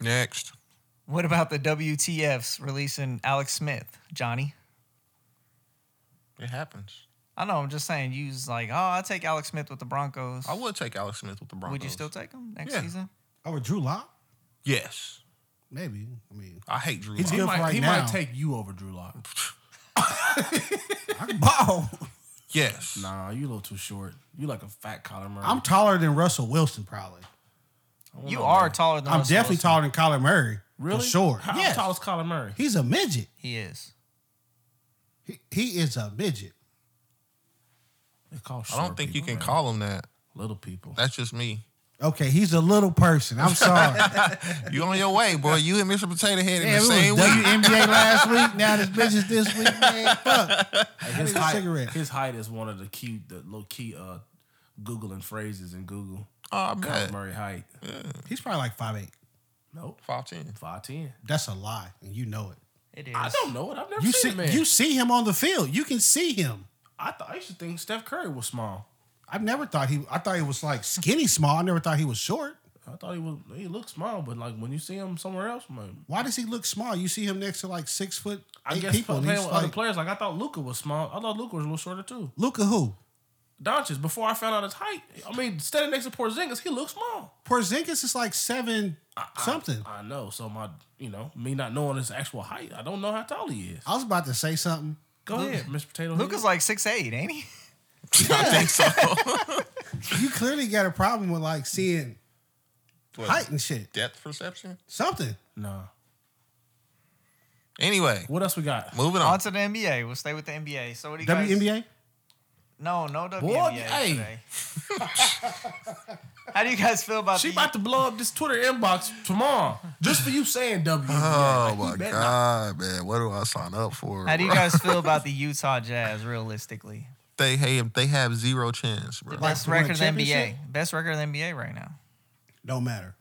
Next. What about the WTFs releasing Alex Smith, Johnny? It happens. I know. I'm just saying. You's like, oh, I take Alex Smith with the Broncos. I would take Alex Smith with the Broncos. Would you still take him next Yeah. season? Oh, with Drew Lock, Yes. Maybe. I mean, I hate Drew. He's Lock. He, Good for might, right he now. might take you over Drew Lock. I can ball. Yes. Nah, you a little too short. You like a fat Kyler Murray. I'm taller than Russell Wilson, probably. I don't You know, are man. taller than. I'm Russell definitely Wilson. taller than Kyler Murray. Really? For sure. How Yes. tall is Kyler Murray? He's a midget. He is. He, he is a midget. They call I don't short think you people, can man. call him that. little people. That's just me. Okay, he's a little person. I'm sorry. You on your way, boy. You and Mr. Potato Head in the Yeah, we was same week. WNBA last week. Now this bitch is this week, man. Fuck. Like, his, need a height, cigarette. his height is one of the key, the little key uh, Googling phrases in Google. Oh, I Kyler bet. Murray height. He's probably like 5'8. Nope. Five ten. 5'10. That's a lie, and you know it. It is. I don't know it. I've never seen You see, it, man. you see him on the field. You can see him. I, thought I used to think Steph Curry was small. I've never thought he. I thought he was like skinny small. I never thought he was short. I thought he was. He looked small, but like when you see him somewhere else, man, Why does he look small? You see him next to like six foot eight I guess people. and playing he's with other like, players, like I thought Luca was small. I thought Luca was a little shorter too. Luca who? Doncic, before I found out his height, I mean, standing next to Porzingis, he looks small. Porzingis is like seven something. I, I know. So my, you know, me not knowing his actual height, I don't know how tall he is. was about to say something. Go ahead, Mr. Potato. Luca's Head. like six eight, ain't he? I think so. You clearly got a problem with like seeing What, height and shit. Depth perception. Something. Nah. Anyway, What else we got? moving On on. to the NBA. We'll stay with the NBA. So what do you guys? WNBA? No, no WNBA hey. today. How do you guys feel about She the- about to blow up this Twitter inbox tomorrow just for you saying W. Oh my god, man! What do I sign up for? How do you bro? guys feel about the Utah Jazz realistically? They hey, they have zero chance, bro. Best for a record in the NBA. championship? Best record in the NBA right now. Don't matter.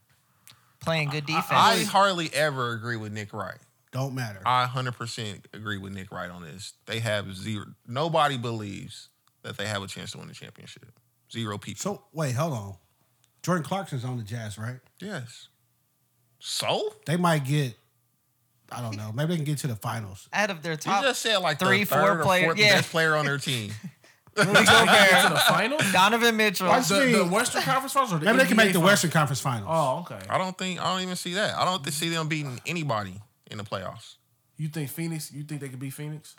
Playing good defense. I hardly ever agree with Nick Wright. Don't matter. I 100% agree with Nick Wright on this. They have zero. Nobody believes that they have a chance to win the championship. Zero people. So wait, hold on. Jordan Clarkson's on the Jazz, right? yes. So They might get. I don't know. Maybe they can get to the finals. out of their you top just said like the three, third four or player- fourth yeah. best player on their team. we go Get to there. the final? Donovan Mitchell. Why The, the Western Conference Finals or the Maybe they can NBA make the Finals? Western Conference Finals. Oh, okay. I don't think. I don't even see that. I don't see them beating anybody in the playoffs. You think Phoenix? You think they could beat Phoenix?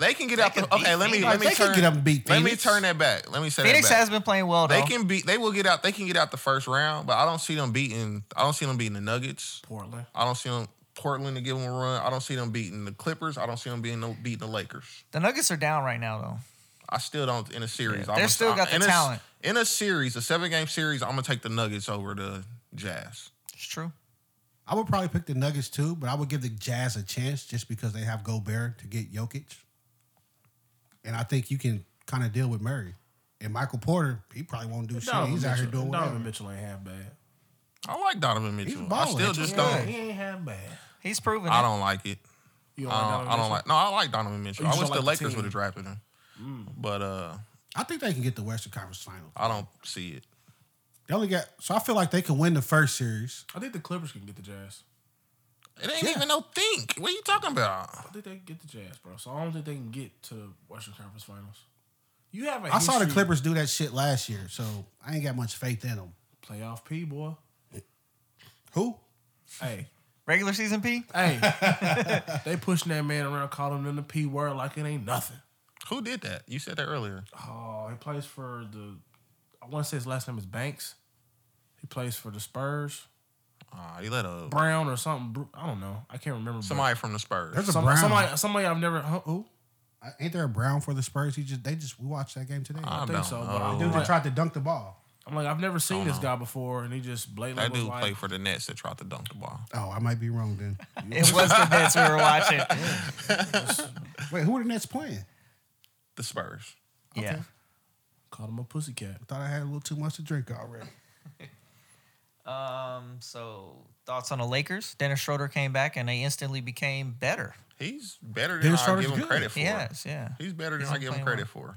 They can get out. can The, okay, beat let me Phoenix. let me They can turn. get up and beat Let me Phoenix. turn that back. Let me say Phoenix that back. has been playing well though. They can beat. They will get out. They can get out the first round, but I don't see them beating. I don't see them beating the Nuggets. Portland. I don't see them Portland to give them a run. I don't see them beating the Clippers. I don't see them being no, beating the Lakers. the Nuggets are down right now though. I still don't in a series. Yeah, I'm they're a- still got the in a- talent. in a series, a seven game series, I'm gonna take the Nuggets over the Jazz. It's true. I would probably pick the Nuggets too, but I would give the Jazz a chance just because they have Gobert to get Jokic. And I think you can kind of deal with Murray. And Michael Porter, he probably won't do shit. He's out here doing whatever. Donovan Mitchell ain't half bad. I like Donovan Mitchell. I balling. still He's just Yeah, don't. he ain't half bad. He's proven I it. don't like it. You I don't, I don't like. No, I like Donovan Mitchell. You I just wish don't the like the Lakers team. would have drafted him, but uh, I think they can get the Western Conference Finals. I don't see it. They only got so I feel like they can win the first series. I think the Clippers can get the Jazz. It ain't Yeah. even no think. What are you talking about? I think they can get the Jazz, bro. So I don't think they can get to the Western Conference Finals. You have a I saw the history- Clippers do that shit last year, so I ain't got much faith in them. playoff P boy. Who? Hey, Regular season P? hey, they pushing that man around, calling him the P word like it ain't nothing. Who did that? You said that earlier. Oh, he plays for the. I want to say his last name is Banks. He plays for the Spurs, Uh, you let a Brown or something. Bru- I don't know. I can't remember. but- somebody from the Spurs. There's a Some, Brown. somebody, somebody I've never. Huh, who? Uh, Ain't there a Brown for the Spurs? He just they just we watched that game today. I, think don't so, know. but I do Dude that tried to dunk the ball. I'm like, I've never seen this know. guy before, and he just blatantly Uh-huh. That was dude like, played for the Nets that tried to dunk the ball. Oh, I might be wrong then. It was the Nets we were watching. Wait, who are the Nets playing? The Spurs. Yeah. called him a pussycat. Thought I had a little too much to drink already. Um, so thoughts on the Lakers? Dennis Schroeder came back and they instantly became better. He's better than Dennis I Schroeder's give him good. credit for. Yes, yeah. He's better than He's I give him playing credit for.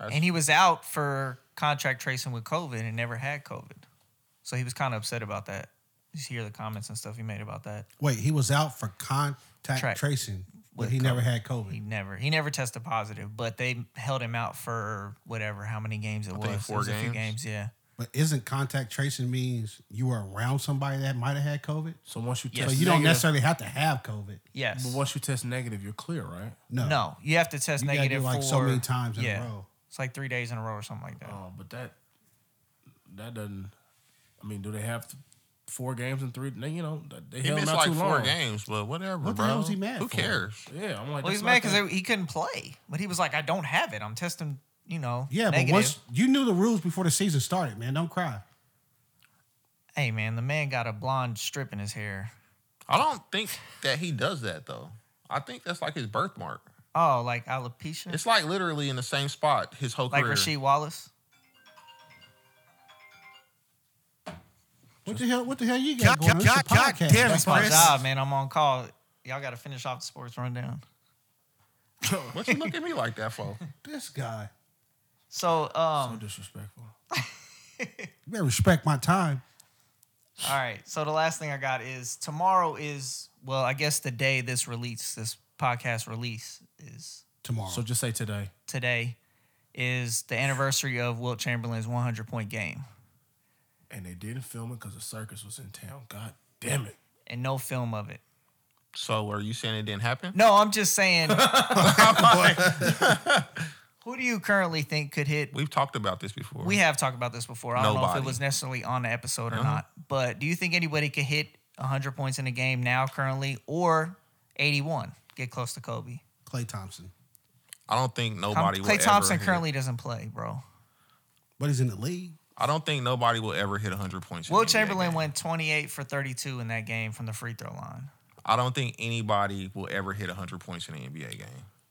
And he was out for contract tracing with COVID and never had COVID. So he was kind of upset about that. You hear the comments and stuff he made about that. Wait, he was out for contact Track. tracing, but With he never COVID. had He COVID. never he never tested positive, but they held him out for whatever how many games it was. think It four was a few games. games, yeah. But isn't contact tracing means you were around somebody that might have had COVID? So once you Yes. So test, you don't negative- necessarily have to have COVID. Yes. But once you test negative, you're clear, right? No. No, you have to test You gotta do, negative like, for so many times in a yeah, row. It's like three days in a row or something like that. Oh, but that that doesn't. I mean, do they have th- four games in three? You know, that- they He held him missed out like too four long. games, but whatever. What the bro. hell was he mad Who for? cares? Yeah, I'm like, well, he's that's mad not that- because he couldn't play, but he was like, "I don't have it. I'm testing." You know. Yeah, negative. but once you knew the rules before the season started, man, don't cry. Hey man, the man got a blonde strip in his hair. I don't think that he does that though. I think that's like his birthmark. Oh, like alopecia, It's like literally in the same spot his whole like career. Rasheed Wallace. What the hell? What the hell you got God- going? on? It's a God- God podcast. damn it, That's my Chris. job, man. I'm on call. Y'all got to finish off the sports rundown. What you look at me like that for? This guy. So, so um, disrespectful. You better respect my time. all right. So the last thing I got is tomorrow is well, I guess the day this release, this podcast release is Tomorrow. So just say today. today is the anniversary of Wilt Chamberlain's 100 point game, And they didn't film it because the circus was in town. God damn it. and no film of it. So are you saying it didn't happen? No, I'm just saying. who do you you currently think could hit? We've talked about this before. We have talked about this before. I don't know if Nobody. Uh-huh. it was necessarily on the episode or not, but do you think anybody could hit 100 points in a game now, currently, or 81? Get close to Kobe. Clay Thompson, I don't think Tom- nobody. will Clay ever Thompson hit- currently doesn't play, bro. but he's in the league. I don't think nobody will ever hit 100 points. in Will an NBA Chamberlain game. went 28 for 32 in that game from the free throw line. I don't think anybody will ever hit 100 points in an NBA game.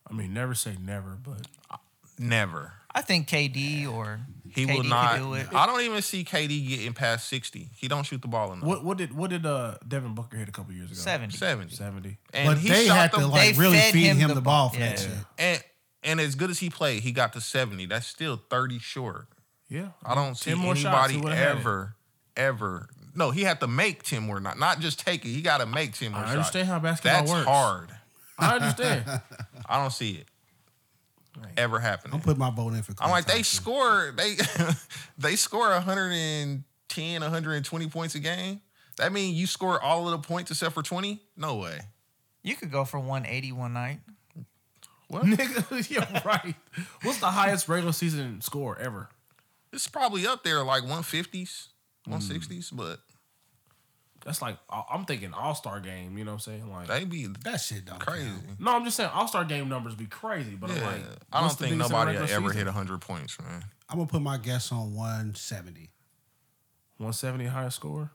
I mean, never say never, but Uh-huh. Never. I think KD or He KD will could not. do it. I don't even see KD getting past 60. He don't shoot the ball enough. what what did what did uh Devin Booker hit a couple years ago? 70. 70. Seventy. And but he they shot had the to like They really fed feed him him, the the, ball. ball for that Yeah. shit. and and as good as he played, he got to 70. That's still 30 short. Yeah. I don't see 10 more shots, anybody he would've had it. ever, ever. No, he had to make 10 more, not not just take it. He got to make 10 more I shots. understand how basketball That's works. hard. I understand. I don't see it ever happening. I'm putting my vote in for. Clay I'm like they Thompson. score they they score 110 120 points a game. That mean you score all of the points except for 20? No way. You could go for 180 one night. Nigga, yeah, right. What's the highest regular season score ever? It's probably up there like 150s, Mm. 160s, but That's like I- I'm thinking All Star game. You know what I'm saying? Like, they be That shit don't crazy. count. no, I'm just saying All Star game numbers be crazy. But I'm Yeah. like, I what's don't the think biggest in a nobody will regular ever season? hit 100 points, man. I'm gonna put my guess on 170. 170 highest score.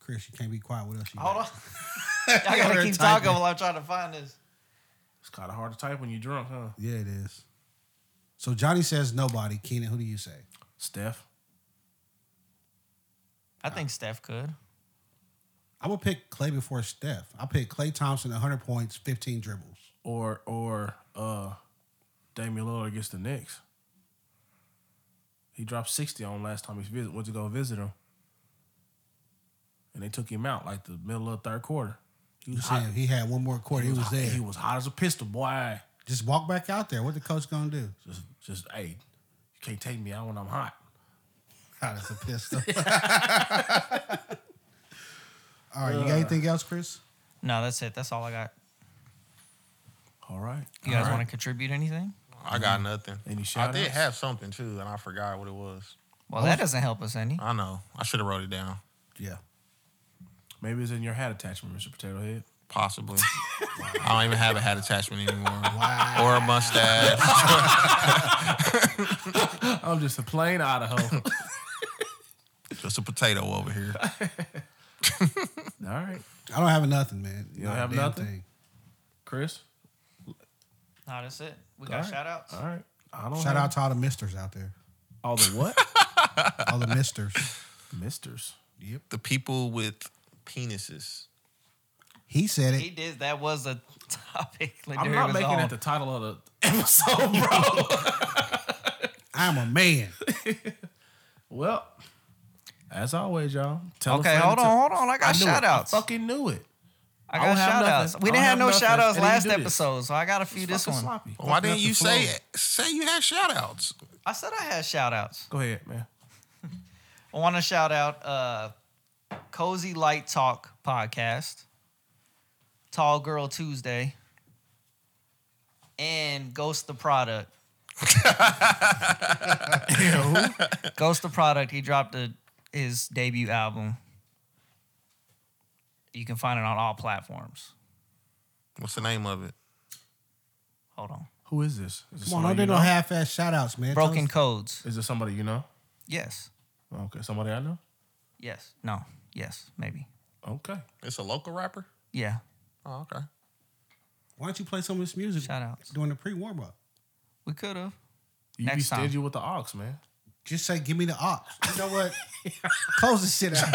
Chris, you can't be quiet. What else you Hold got? on. I gotta keep Typing. talking while I'm trying to find this. It's kind of hard to type when you're drunk, huh? Yeah, it is. So Johnny says nobody. Keenan, who do you say? Steph. I think Steph could. I'm gonna pick Clay before Steph. I pick Clay Thompson, 100 points, 15 dribbles. or or uh Damian Lillard against the Knicks. He dropped sixty on last time he visit, went to go visit him, and they took him out like the middle of third quarter. He was hot. Damn, he had one more quarter. He was, there. He was hot as a pistol, boy. Just walk back out there. What the coach gonna do? Just just hey, you can't take me out when I'm hot. God, it's a pistol. All right, you Uh. got anything else, Chris? No, that's it. That's all I got. All right, You guys want to contribute anything? I got nothing. Any I shout-outs? did have something too, and I forgot what it was. Well, that doesn't help us any. I know. I should have wrote it down. Yeah. maybe it's in your hat attachment, Mr. Potato Head. Possibly. I don't even have a hat attachment anymore. Wow. Or a mustache. I'm just a plain Idaho. All Just a potato over here. right, I don't have nothing, man. You don't have nothing? Chris. No, that's it. We All got right. shout outs. All right, I don't Shout have out to all the misters out there. all the what All the misters. misters. The people with penises. He said He it. did. That was a topic. I'm Ladarius not was making on. it the title of the episode, bro. I'm a man. well, as always, y'all. Tell a Okay, friend hold to- on, hold on. I got I knew it. shout outs. I fucking knew it. I I got don't have shout outs. nothing. We I didn't don't have have no nothing. shout outs I didn't last do this. episode, so I got a few this Fucking one. sloppy. Why Fucking didn't up you the say flow. say you had shout outs? I said I had shout outs. Go ahead, man. I want to shout out uh, Cozy Light Talk podcast, Tall Girl Tuesday, and Ghost the Product. Ghost the Product, he dropped a, his debut album. You can find it on all platforms. What's the name of it? Hold on. Who is this? Is this Come on, somebody don't do you no know? half ass shout outs, man. Tell Broken us- Codes. Is this somebody you know? Yes. Okay, somebody I know. Yes. No. Yes. Maybe. Okay, It's a local rapper? Yeah. Oh, okay. Why don't you play some of this music Shout outs. during the pre warm up? We could have. you Next be time. stingy with the ox, man. Just say, give me the ox. You know what? Close this shit out.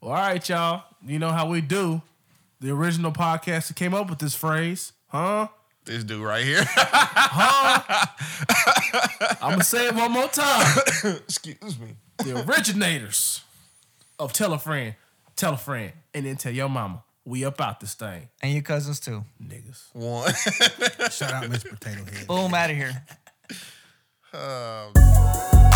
Well, all right, y'all. You know how we do. The original podcast that came up with this phrase, huh? This dude right here. I'm gonna say it one more time. Excuse me. the originators of tell a friend, tell a friend, and then tell your mama. We up out this thing, And your cousins too. niggas. One. shout out Miss Potato Head. Boom, out of here. Um,